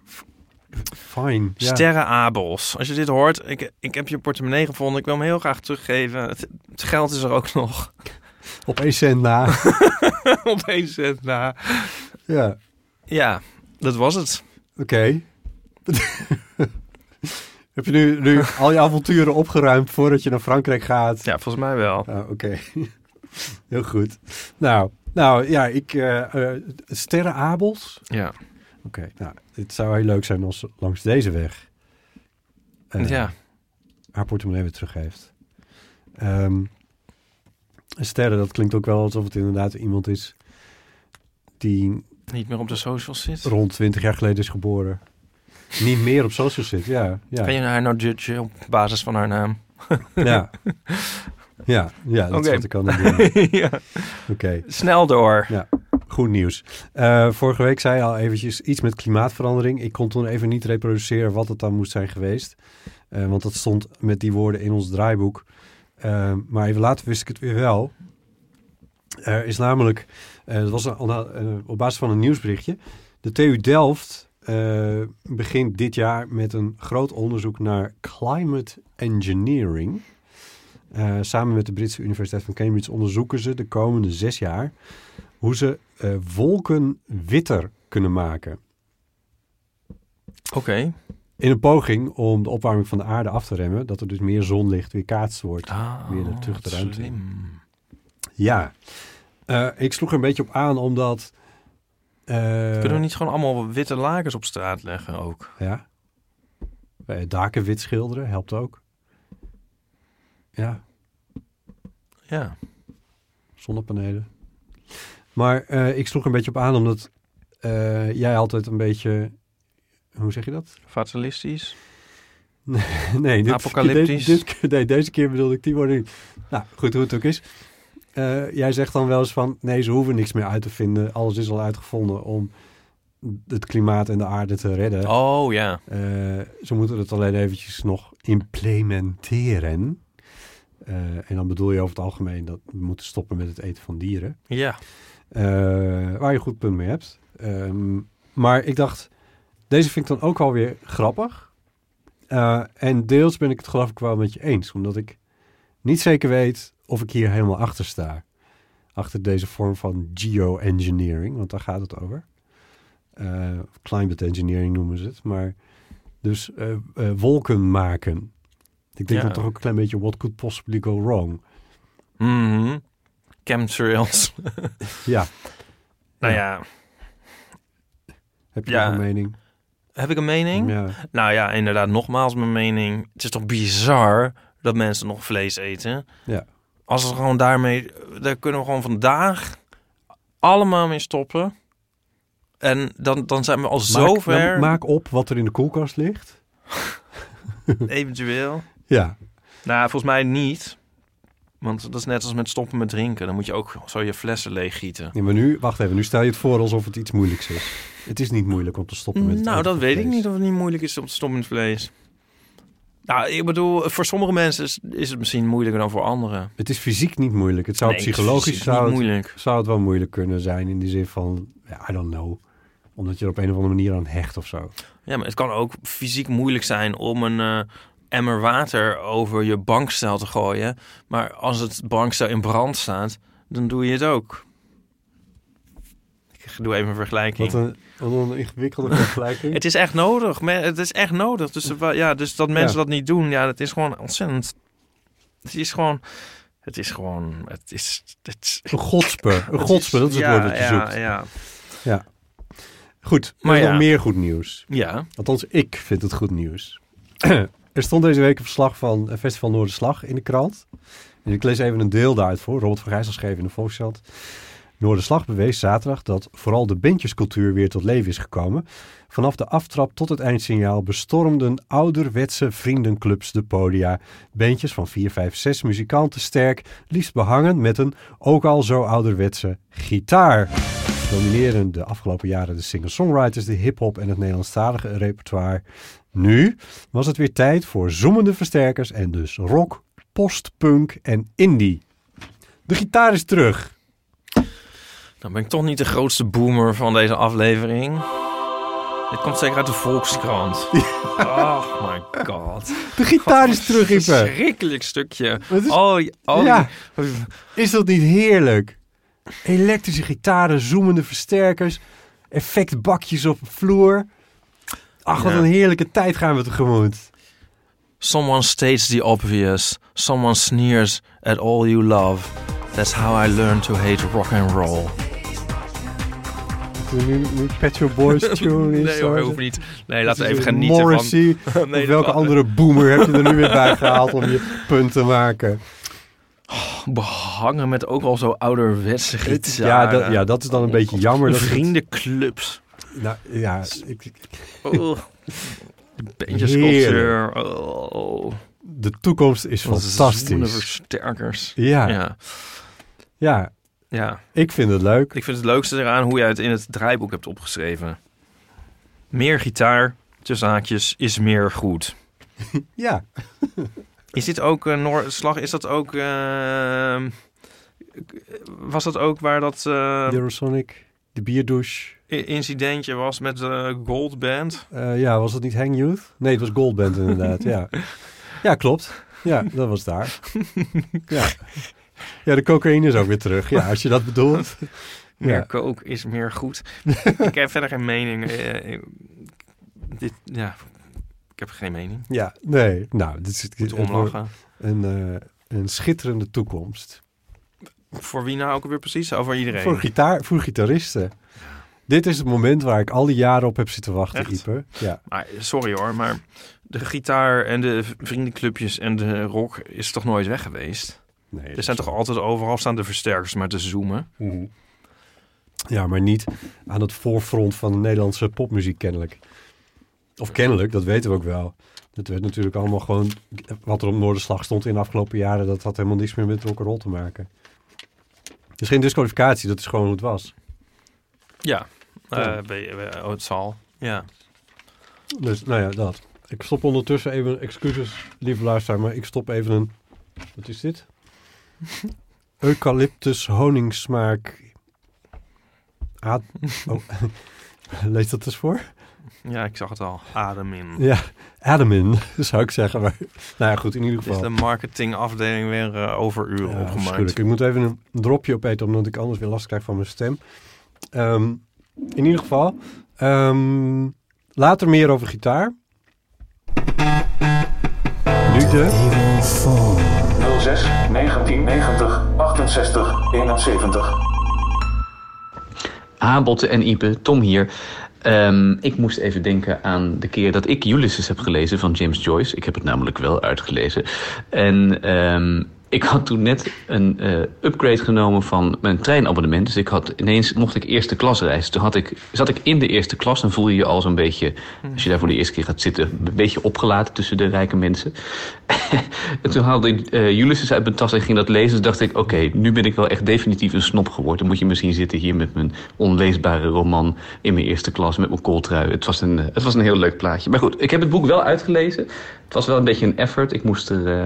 C: Fine. Ah, Ja.
D: Sterre Abels. Als je dit hoort, ik, ik heb je portemonnee gevonden. Ik wil hem heel graag teruggeven. Het, het geld is er ook nog.
C: Op één cent na. (laughs)
D: (laughs) Opeens. eh, Nou,
C: ja, oké.
D: ja, dat was het.
C: (laughs) Heb je nu, nu al je avonturen opgeruimd voordat je naar Frankrijk gaat?
D: Ja, volgens mij wel.
C: Ah, Oké, (laughs) heel goed. Nou, nou ja, ik... eh, eh, Sterre Abels.
D: Ja.
C: Oké, nou, het zou heel leuk zijn als ze langs deze weg eh,
D: ja.
C: haar portemonnee weer teruggeeft. Ehm sterren, dat klinkt ook wel alsof het inderdaad iemand is die
D: Niet meer op de socials zit.
C: rond 20 jaar geleden is geboren. Niet meer op social zit, ja. ja.
D: Kan je haar nou judgen op basis van haar naam?
C: Ja, ja, ja dat
D: Oké.
C: is wat ik kan doen. Oké,
D: (laughs) ja. Snel door.
C: goed nieuws. Eh, vorige week zei je al eventjes iets met klimaatverandering. Ik kon toen even niet reproduceren wat het dan moest zijn geweest. Eh, want dat stond met die woorden in ons draaiboek. Eh, maar even later wist ik het weer wel. Er is namelijk, eh, het was een- eh, op basis van een nieuwsberichtje. De TU Delft eh, begint dit jaar met een groot onderzoek naar climate engineering. Eh, samen met de Britse Universiteit van Cambridge onderzoeken ze de komende zes jaar hoe ze eh, wolken witter kunnen maken.
D: Oké.
C: In een poging om de opwarming van de aarde af te remmen, dat er dus meer zonlicht weer kaatst wordt.
D: Ah,
C: Weer terug de
D: wat
C: ruimte Eh.
D: slim.
C: Ja, Eh, ik sloeg er een beetje op aan omdat. eh,
D: Kunnen we niet gewoon allemaal witte lakens op straat leggen ook?
C: Ja. Eh, daken wit schilderen helpt ook. Ja,
D: Ja.
C: zonnepanelen. Maar eh, ik sloeg er een beetje op aan omdat eh, jij altijd een beetje. Hoe zeg je dat?
D: Fatalistisch.
C: (laughs) Nee, dit,
D: Apocalyptisch.
C: Dit, dit- nee, deze keer bedoelde ik die woorden niet. Nou, goed hoe het ook is. Eh, jij zegt dan wel eens van, nee, ze hoeven niks meer uit te vinden. Alles is al uitgevonden om het klimaat en de aarde te redden.
D: Oh ja.
C: Eh, ze moeten het alleen eventjes nog implementeren. Eh, en dan bedoel je over het algemeen dat we moeten stoppen met het eten van dieren.
D: Ja.
C: Eh, waar je een goed punt mee hebt. Ehm, maar ik dacht, deze vind ik dan ook alweer grappig. Eh, en deels ben ik het geloof ik wel met je eens. Omdat ik niet zeker weet of ik hier helemaal achter sta. Achter deze vorm van geoengineering, want daar gaat het over. Eh, climate engineering noemen ze het. Maar dus eh, eh, wolken maken. Ik denk
D: Ja.
C: dan toch ook een klein beetje what could possibly go wrong.
D: Mhm. Chemtrails.
C: Ja,
D: (laughs) nou ja.
C: heb je
D: Ja.
C: nog een mening?
D: Heb ik een mening?
C: Ja.
D: Nou ja, inderdaad, nogmaals mijn mening. Het is toch bizar dat mensen nog vlees eten?
C: Ja.
D: Als het gewoon daarmee... Daar kunnen we gewoon vandaag allemaal mee stoppen. En dan, dan zijn we al zo
C: Maak,
D: ver,
C: nou, maak op wat er in de koelkast ligt.
D: eventueel.
C: Ja.
D: Nou, volgens mij niet. Want dat is net als met stoppen met drinken. Dan moet je ook zo je flessen leeggieten.
C: ja. Maar nu, wacht even, nu stel je het voor alsof het iets moeilijks is. Het is niet moeilijk om te stoppen met het
D: Nou,
C: eten
D: dat
C: van
D: weet ik
C: vlees.
D: niet of het niet moeilijk is om te stoppen met vlees. Nou, ik bedoel, voor sommige mensen is, is het misschien moeilijker dan voor anderen.
C: Het is fysiek niet moeilijk. Het zou
D: Nee,
C: psychologisch
D: het is
C: zou
D: niet
C: het,
D: moeilijk.
C: zou het wel moeilijk kunnen zijn in de zin van, ja, I don't know. Omdat je er op een of andere manier aan hecht of zo.
D: Ja, maar het kan ook fysiek moeilijk zijn om een eh, emmer water over je bankstel te gooien. Maar als het bankstel in brand staat, dan doe je het ook. Ik doe even een vergelijking.
C: Wat een, wat een ingewikkelde vergelijking.
D: Het is echt nodig. Men- Het is echt nodig. Dus, wa- ja, dus dat mensen dat niet doen, ja, dat is gewoon ontzettend. Het is gewoon. Het is gewoon. Het is. Het is
C: een godspe. Een godspe, dat is het
D: ja,
C: woord dat je
D: ja,
C: zoekt.
D: Ja,
C: Goed, er
D: Maar
C: is nog
D: ja.
C: meer goed nieuws.
D: ja.
C: Althans, ik vind (clears throat) het goed nieuws. er stond deze week een verslag van eh, Festival Noorderslag in de krant. En ik lees even een deel daaruit voor. Robert van Gijsel schreef in de Volkskrant. Noorderslag bewees zaterdag dat vooral de bandjescultuur weer tot leven is gekomen. Vanaf de aftrap tot het eindsignaal bestormden ouderwetse vriendenclubs de podia. Bandjes van 4, 5, 6 muzikanten sterk, liefst behangen met een ook al zo ouderwetse gitaar. Domineren de afgelopen jaren de singer-songwriters, de hip-hop en het Nederlandstalige repertoire. Nu was het weer tijd voor zoemende versterkers en dus rock, postpunk en indie. De gitaar is terug.
D: Dan ben ik toch niet de grootste boomer van deze aflevering. Dit komt zeker uit de Volkskrant. Oh my god.
C: De gitaar is
D: (laughs)
C: terug, Ipe.
D: Verschrikkelijk stukje.
C: Wat is-
D: Oh, oh
C: Ja. Is dat niet heerlijk? Elektrische gitaren, zoemende versterkers, effectbakjes op de vloer. Ach, wat
D: Ja.
C: een heerlijke tijd gaan we tegemoet.
D: Someone states the obvious. Someone sneers at all you love. That's how I learned to hate rock and roll.
C: Nu, nu Pet Shop
D: (laughs)
C: Boys tune is.
D: Nee hoor, hoeft niet. Nee, laten we
C: Dus
D: even
C: een
D: genieten
C: Morrissey. (laughs)
D: van...
C: Of
D: Nee,
C: welke
D: dat-
C: andere boomer heb je er nu weer bij gehaald om je punt te maken?
D: Behangen met ook al zo ouderwetse
C: Het-
D: gitaren.
C: ja, dat, ja, dat is dan een beetje jammer. Dat het-
D: Vriendenclubs.
C: (laughs) nou, ja, ik, ik- (laughs)
D: Oh. De bandjescultuur. Oh.
C: de toekomst is
D: Wat zoene
C: fantastisch.
D: versterkers.
C: Ja, ja.
D: Ja. ja.
C: ik vind het leuk.
D: Ik vind het leukste eraan hoe je het in het draaiboek hebt opgeschreven. Meer gitaar, tussen haakjes, is meer goed.
C: Ja,
D: Is dit ook een Noorslag? Is dat ook... ehm, was dat ook waar dat eh,
C: Eurosonic, de bierdouche.
D: i- incidentje was met de Gold Band?
C: Eh, ja, was dat niet Hang Youth? Nee, het was Goldband inderdaad, ja. Ja, klopt. Ja, dat was daar. Ja. ja, de cocaïne is ook weer terug. Ja, als je dat bedoelt.
D: Meer
C: Ja.
D: kook is meer
C: (laughs)
D: goed. ik heb verder geen mening. eh, eh, dit, ja, ik heb geen mening.
C: Ja, nee. Nou, dit is
D: Moet
C: het wordt
D: omlachen.
C: een, eh, een schitterende toekomst.
D: Voor wie nou ook weer precies? Over iedereen.
C: Voor, gitaar, voor gitaristen. Dit is het moment waar ik al die jaren op heb zitten wachten,
D: Echt?
C: Ieper. Ja.
D: Maar, Ah, sorry hoor, maar de gitaar en de v- vriendenclubjes en de rock is toch nooit weg geweest?
C: Nee,
D: Er zijn toch altijd overal staan de versterkers maar te zoomen?
C: Ja, maar niet aan het voorfront van de Nederlandse popmuziek kennelijk. Of kennelijk, dat weten we ook wel. Dat werd natuurlijk allemaal gewoon... Wat er op Noorderslag stond in de afgelopen jaren... dat had helemaal niks meer met rock'n'roll te maken. Dus geen disqualificatie, dat is gewoon hoe het was.
D: Ja,
C: Ja.
D: Eh, bij- bij- oh, het zal. Ja.
C: Dus nou ja, dat. Ik stop ondertussen even, excuses lieve luisteraar, maar ik stop even een, wat is
D: (laughs)
C: dit? Eucalyptus honingsmaak. A- oh. (laughs) Lees dat eens voor?
D: ja, ik zag het al. Adem in.
C: Ja, Adamin (laughs) zou ik zeggen. Maar, nou ja, goed, in ieder
D: Het is de
C: geval.
D: marketingafdeling weer eh, over uren
C: Ja,
D: opgemaakt.
C: afschuwelijk. ik moet even een dropje opeten, omdat ik anders weer last krijg van mijn stem. Ehm, in ieder geval, ehm, later meer over gitaar. Nu de...
E: 06 1990 68 71.
F: Habotten en Ipe, Tom hier. Ehm, ik moest even denken aan de keer dat ik Ulysses heb gelezen van James Joyce. Ik heb het namelijk wel uitgelezen. En ehm, ik had toen net een eh, upgrade genomen van mijn treinabonnement. Dus ik had ineens mocht ik eerste klas reizen. Toen had ik, zat ik in de eerste klas en voelde je je al zo'n beetje, als je daar voor de eerste keer gaat zitten, een beetje opgelaten tussen de rijke mensen. (laughs) en toen haalde ik eh, Ulysses uit mijn tas en ging dat lezen. Dus dacht ik, oké, nu ben ik wel echt definitief een snop geworden. Dan moet je me zien zitten hier met mijn onleesbare roman in mijn eerste klas met mijn kooltrui. Het was, een, eh, het was een heel leuk plaatje. Maar goed, ik heb het boek wel uitgelezen. Het was wel een beetje een effort. Ik moest er, eh,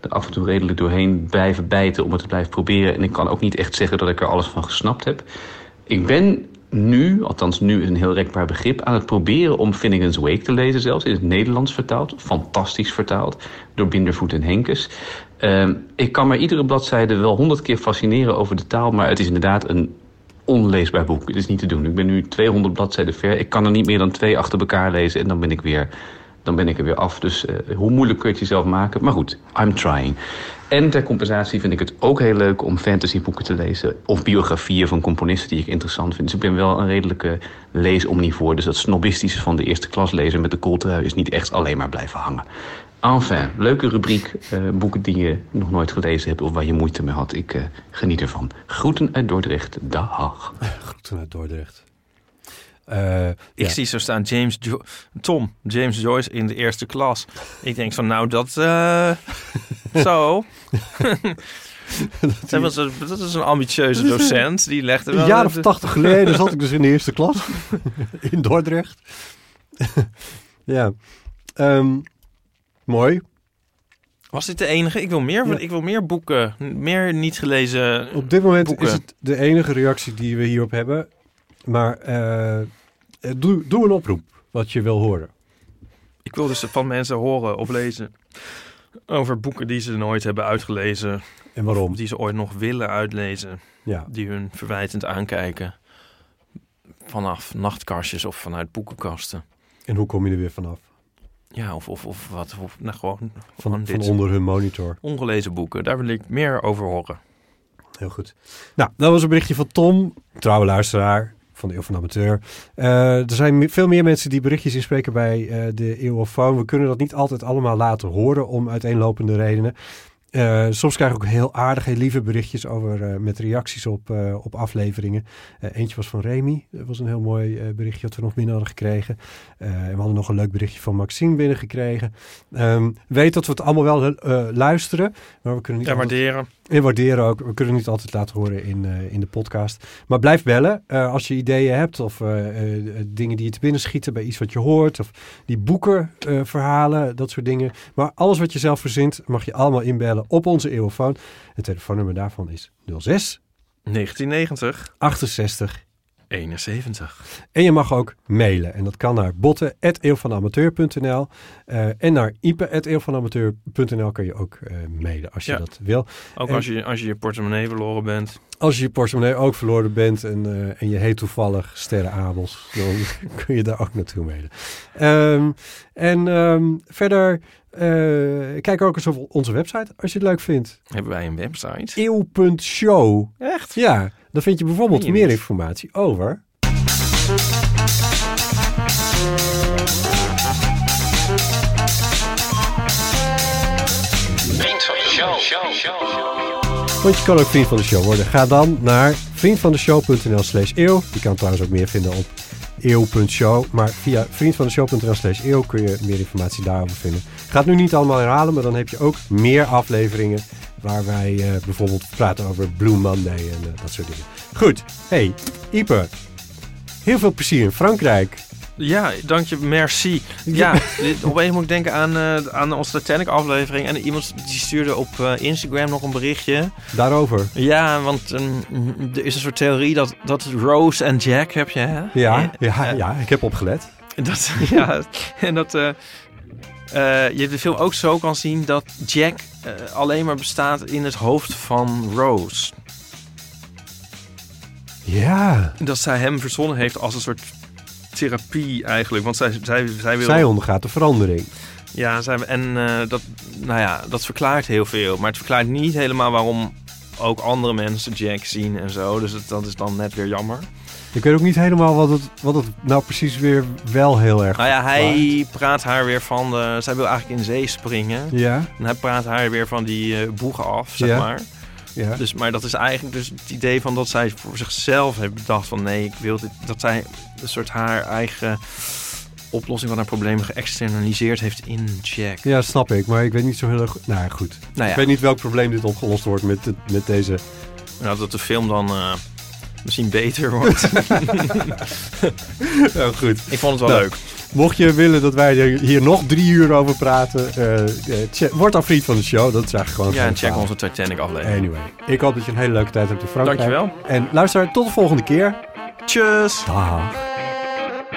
F: er af en toe redelijk doorheen blijven bijten om het te blijven proberen. En ik kan ook niet echt zeggen dat ik er alles van gesnapt heb. Ik ben nu, althans nu is een heel rekbaar begrip, aan het proberen om Finnegan's Wake te lezen zelfs. In het Nederlands vertaald, fantastisch vertaald, door Bindervoet en Henkes. Ehm, ik kan maar iedere bladzijde wel honderd keer fascineren over de taal, maar het is inderdaad een onleesbaar boek. Het is niet te doen. Ik ben nu 200 bladzijden ver. Ik kan er niet meer dan twee achter elkaar lezen en dan ben ik weer, dan ben ik er weer af. Dus eh, hoe moeilijk kun je het jezelf maken? Maar goed, I'm trying. En ter compensatie vind ik het ook heel leuk om fantasyboeken te lezen. Of biografieën van componisten die ik interessant vind. Dus ik ben wel een redelijke leesomnivoor. Dus dat snobistische van de eerste klas lezen met de kooltrui is niet echt alleen maar blijven hangen. Enfin, leuke rubriek. eh, boeken die je nog nooit gelezen hebt of waar je moeite mee had. Ik eh, geniet ervan. Groeten uit Dordrecht. Dag.
C: Groeten uit Dordrecht. Eh,
D: Ik
C: ja.
D: zie zo staan James Jo- Tom, James Joyce in de eerste klas. Ik denk van, nou, dat... eh,
C: (laughs)
D: zo. dat, was een- dat is een ambitieuze
C: Dat is een-
D: docent. Die legde wel... eh,
C: Een jaar of
D: de-
C: tachtig geleden zat ik dus in de eerste klas (laughs) in Dordrecht. (laughs) ja. Ehm, mooi.
D: Was dit de enige? Ik wil meer,
C: Ja.
D: ik wil meer boeken. Meer niet gelezen.
C: Op dit moment
D: Boeken.
C: is het de enige reactie die we hierop hebben. Maar eh, eh, doe, doe een oproep wat je wil horen.
D: Ik wil dus van mensen horen of lezen over boeken die ze nooit hebben uitgelezen.
C: En waarom?
D: Of die ze ooit nog willen uitlezen.
C: Ja.
D: Die hun verwijtend aankijken. Vanaf nachtkastjes of vanuit boekenkasten.
C: En hoe kom je er weer vanaf?
D: Ja, of, of, of wat. Of, nou, gewoon
C: Van,
D: Gewoon
C: van
D: dit.
C: onder hun monitor.
D: ongelezen boeken. Daar wil ik meer over horen.
C: Heel goed. Nou, dat was een berichtje van Tom, trouwe luisteraar van de Eeuw van de Amateur. Eh, er zijn me- veel meer mensen die berichtjes inspreken bij eh, de Eeuw of Phone. We kunnen dat niet altijd allemaal laten horen om uiteenlopende redenen. Eh, soms krijg ik ook heel aardige, lieve berichtjes over, eh, met reacties op, eh, op afleveringen. Eh, eentje was van Remy. Dat was een heel mooi eh, berichtje dat we nog binnen hadden gekregen. Eh, en we hadden nog een leuk berichtje van Maxime binnengekregen. Ehm weet dat we het allemaal wel eh, luisteren. Maar we kunnen niet
D: En
C: altijd-
D: waarderen.
C: en waarderen ook. We kunnen het niet altijd laten horen in, eh, in de podcast. Maar blijf bellen eh, als je ideeën hebt of eh, eh, dingen die je te binnen schieten bij iets wat je hoort. Of die boeken, eh, verhalen, dat soort dingen. Maar alles wat je zelf verzint mag je allemaal inbellen op onze eeuwfoon. Het telefoonnummer daarvan is 06
D: 1990,
C: 68.
D: 71.
C: En je mag ook mailen. En dat kan naar botten.eeuwvanamateur.nl eh en naar ipe.eeuwvanamateur.nl kan je ook eh, mailen als je
D: Ja.
C: dat wil.
D: Ook
C: En-
D: als je, als je je portemonnee verloren bent.
C: Als je je portemonnee ook verloren bent en, eh, en je heet toevallig Sterre Abels, dan (laughs) kun je daar ook naartoe mailen. Ehm, en ehm, verder, eh, kijk ook eens op onze website als je het leeuw vindt.
D: Hebben wij een website?
C: Eeuw.show.
D: Echt?
C: Ja, dan vind je bijvoorbeeld
D: Meen je
C: meer
D: niet?
C: informatie over. Want je kan ook vriend van de show worden. Ga dan naar vriendvandeshow.nl slash eeuw. Je kan trouwens ook meer vinden op eeuw.show. Maar via vriendvandeshow.nl slash eeuw kun je meer informatie daarover vinden. Ik ga het nu niet allemaal herhalen, maar dan heb je ook meer afleveringen... waar wij eh, bijvoorbeeld praten over Blue Monday en eh, dat soort dingen. Goed, hey, Ieper. Heel veel plezier in Frankrijk.
D: Ja, dank je, merci. Ja, dit, opeens moet ik denken aan, eh, aan onze Titanic-aflevering. En iemand die stuurde op eh, Instagram nog een berichtje.
C: Daarover.
D: Ja, want ehm, er is een soort theorie dat, dat Rose en Jack heb je, hè?
C: Ja, ja, ja, ik heb opgelet.
D: En dat, (laughs) ja, en dat eh, eh, je de film ook zo kan zien dat Jack eh, alleen maar bestaat in het hoofd van Rose.
C: Ja,
D: Dat zij hem verzonnen heeft als een soort therapie eigenlijk. Want zij, zij, zij wil...
C: zij ondergaat de verandering.
D: Ja, zij, en eh, dat, nou ja, dat verklaart heel veel. Maar het verklaart niet helemaal waarom ook andere mensen Jack zien en zo. Dus het- dat is dan net weer jammer.
C: Ik weet ook niet helemaal wat het, wat het nou precies weer wel heel erg
D: Nou ja,
C: verklaart.
D: hij praat haar weer van... De, zij wil eigenlijk in zee springen.
C: Ja,
D: En hij praat haar weer van die eh boegen af, zeg
C: Ja.
D: maar.
C: ja.
D: Dus, maar dat is eigenlijk dus het idee van dat zij voor zichzelf heeft bedacht van nee, ik wil dit, dat zij een soort haar eigen oplossing van haar probleem geëxternaliseerd heeft in Jack.
C: ja, snap ik. Maar ik weet niet zo heel erg... Nou ja, goed.
D: Nou
C: Ik
D: ja,
C: weet niet welk probleem dit opgelost wordt met, dit- met deze... (laughs)
D: nou, dat de film dan eh, misschien beter wordt.
C: Nou, goed.
D: ik vond het wel
C: Nou,
D: leuk.
C: Mocht je willen dat wij er hier nog drie uur over praten... eh, eh, check- word dan vriend van de show. Dat is eigenlijk gewoon...
D: Ja,
C: gewoon
D: en check
C: een
D: onze Titanic
C: verhaal.
D: aflevering.
C: Anyway, ik hoop dat je een hele leuke tijd hebt in Frankrijk.
D: Dankjewel.
C: En luister, tot de volgende keer.
D: Tjus!
C: Dag.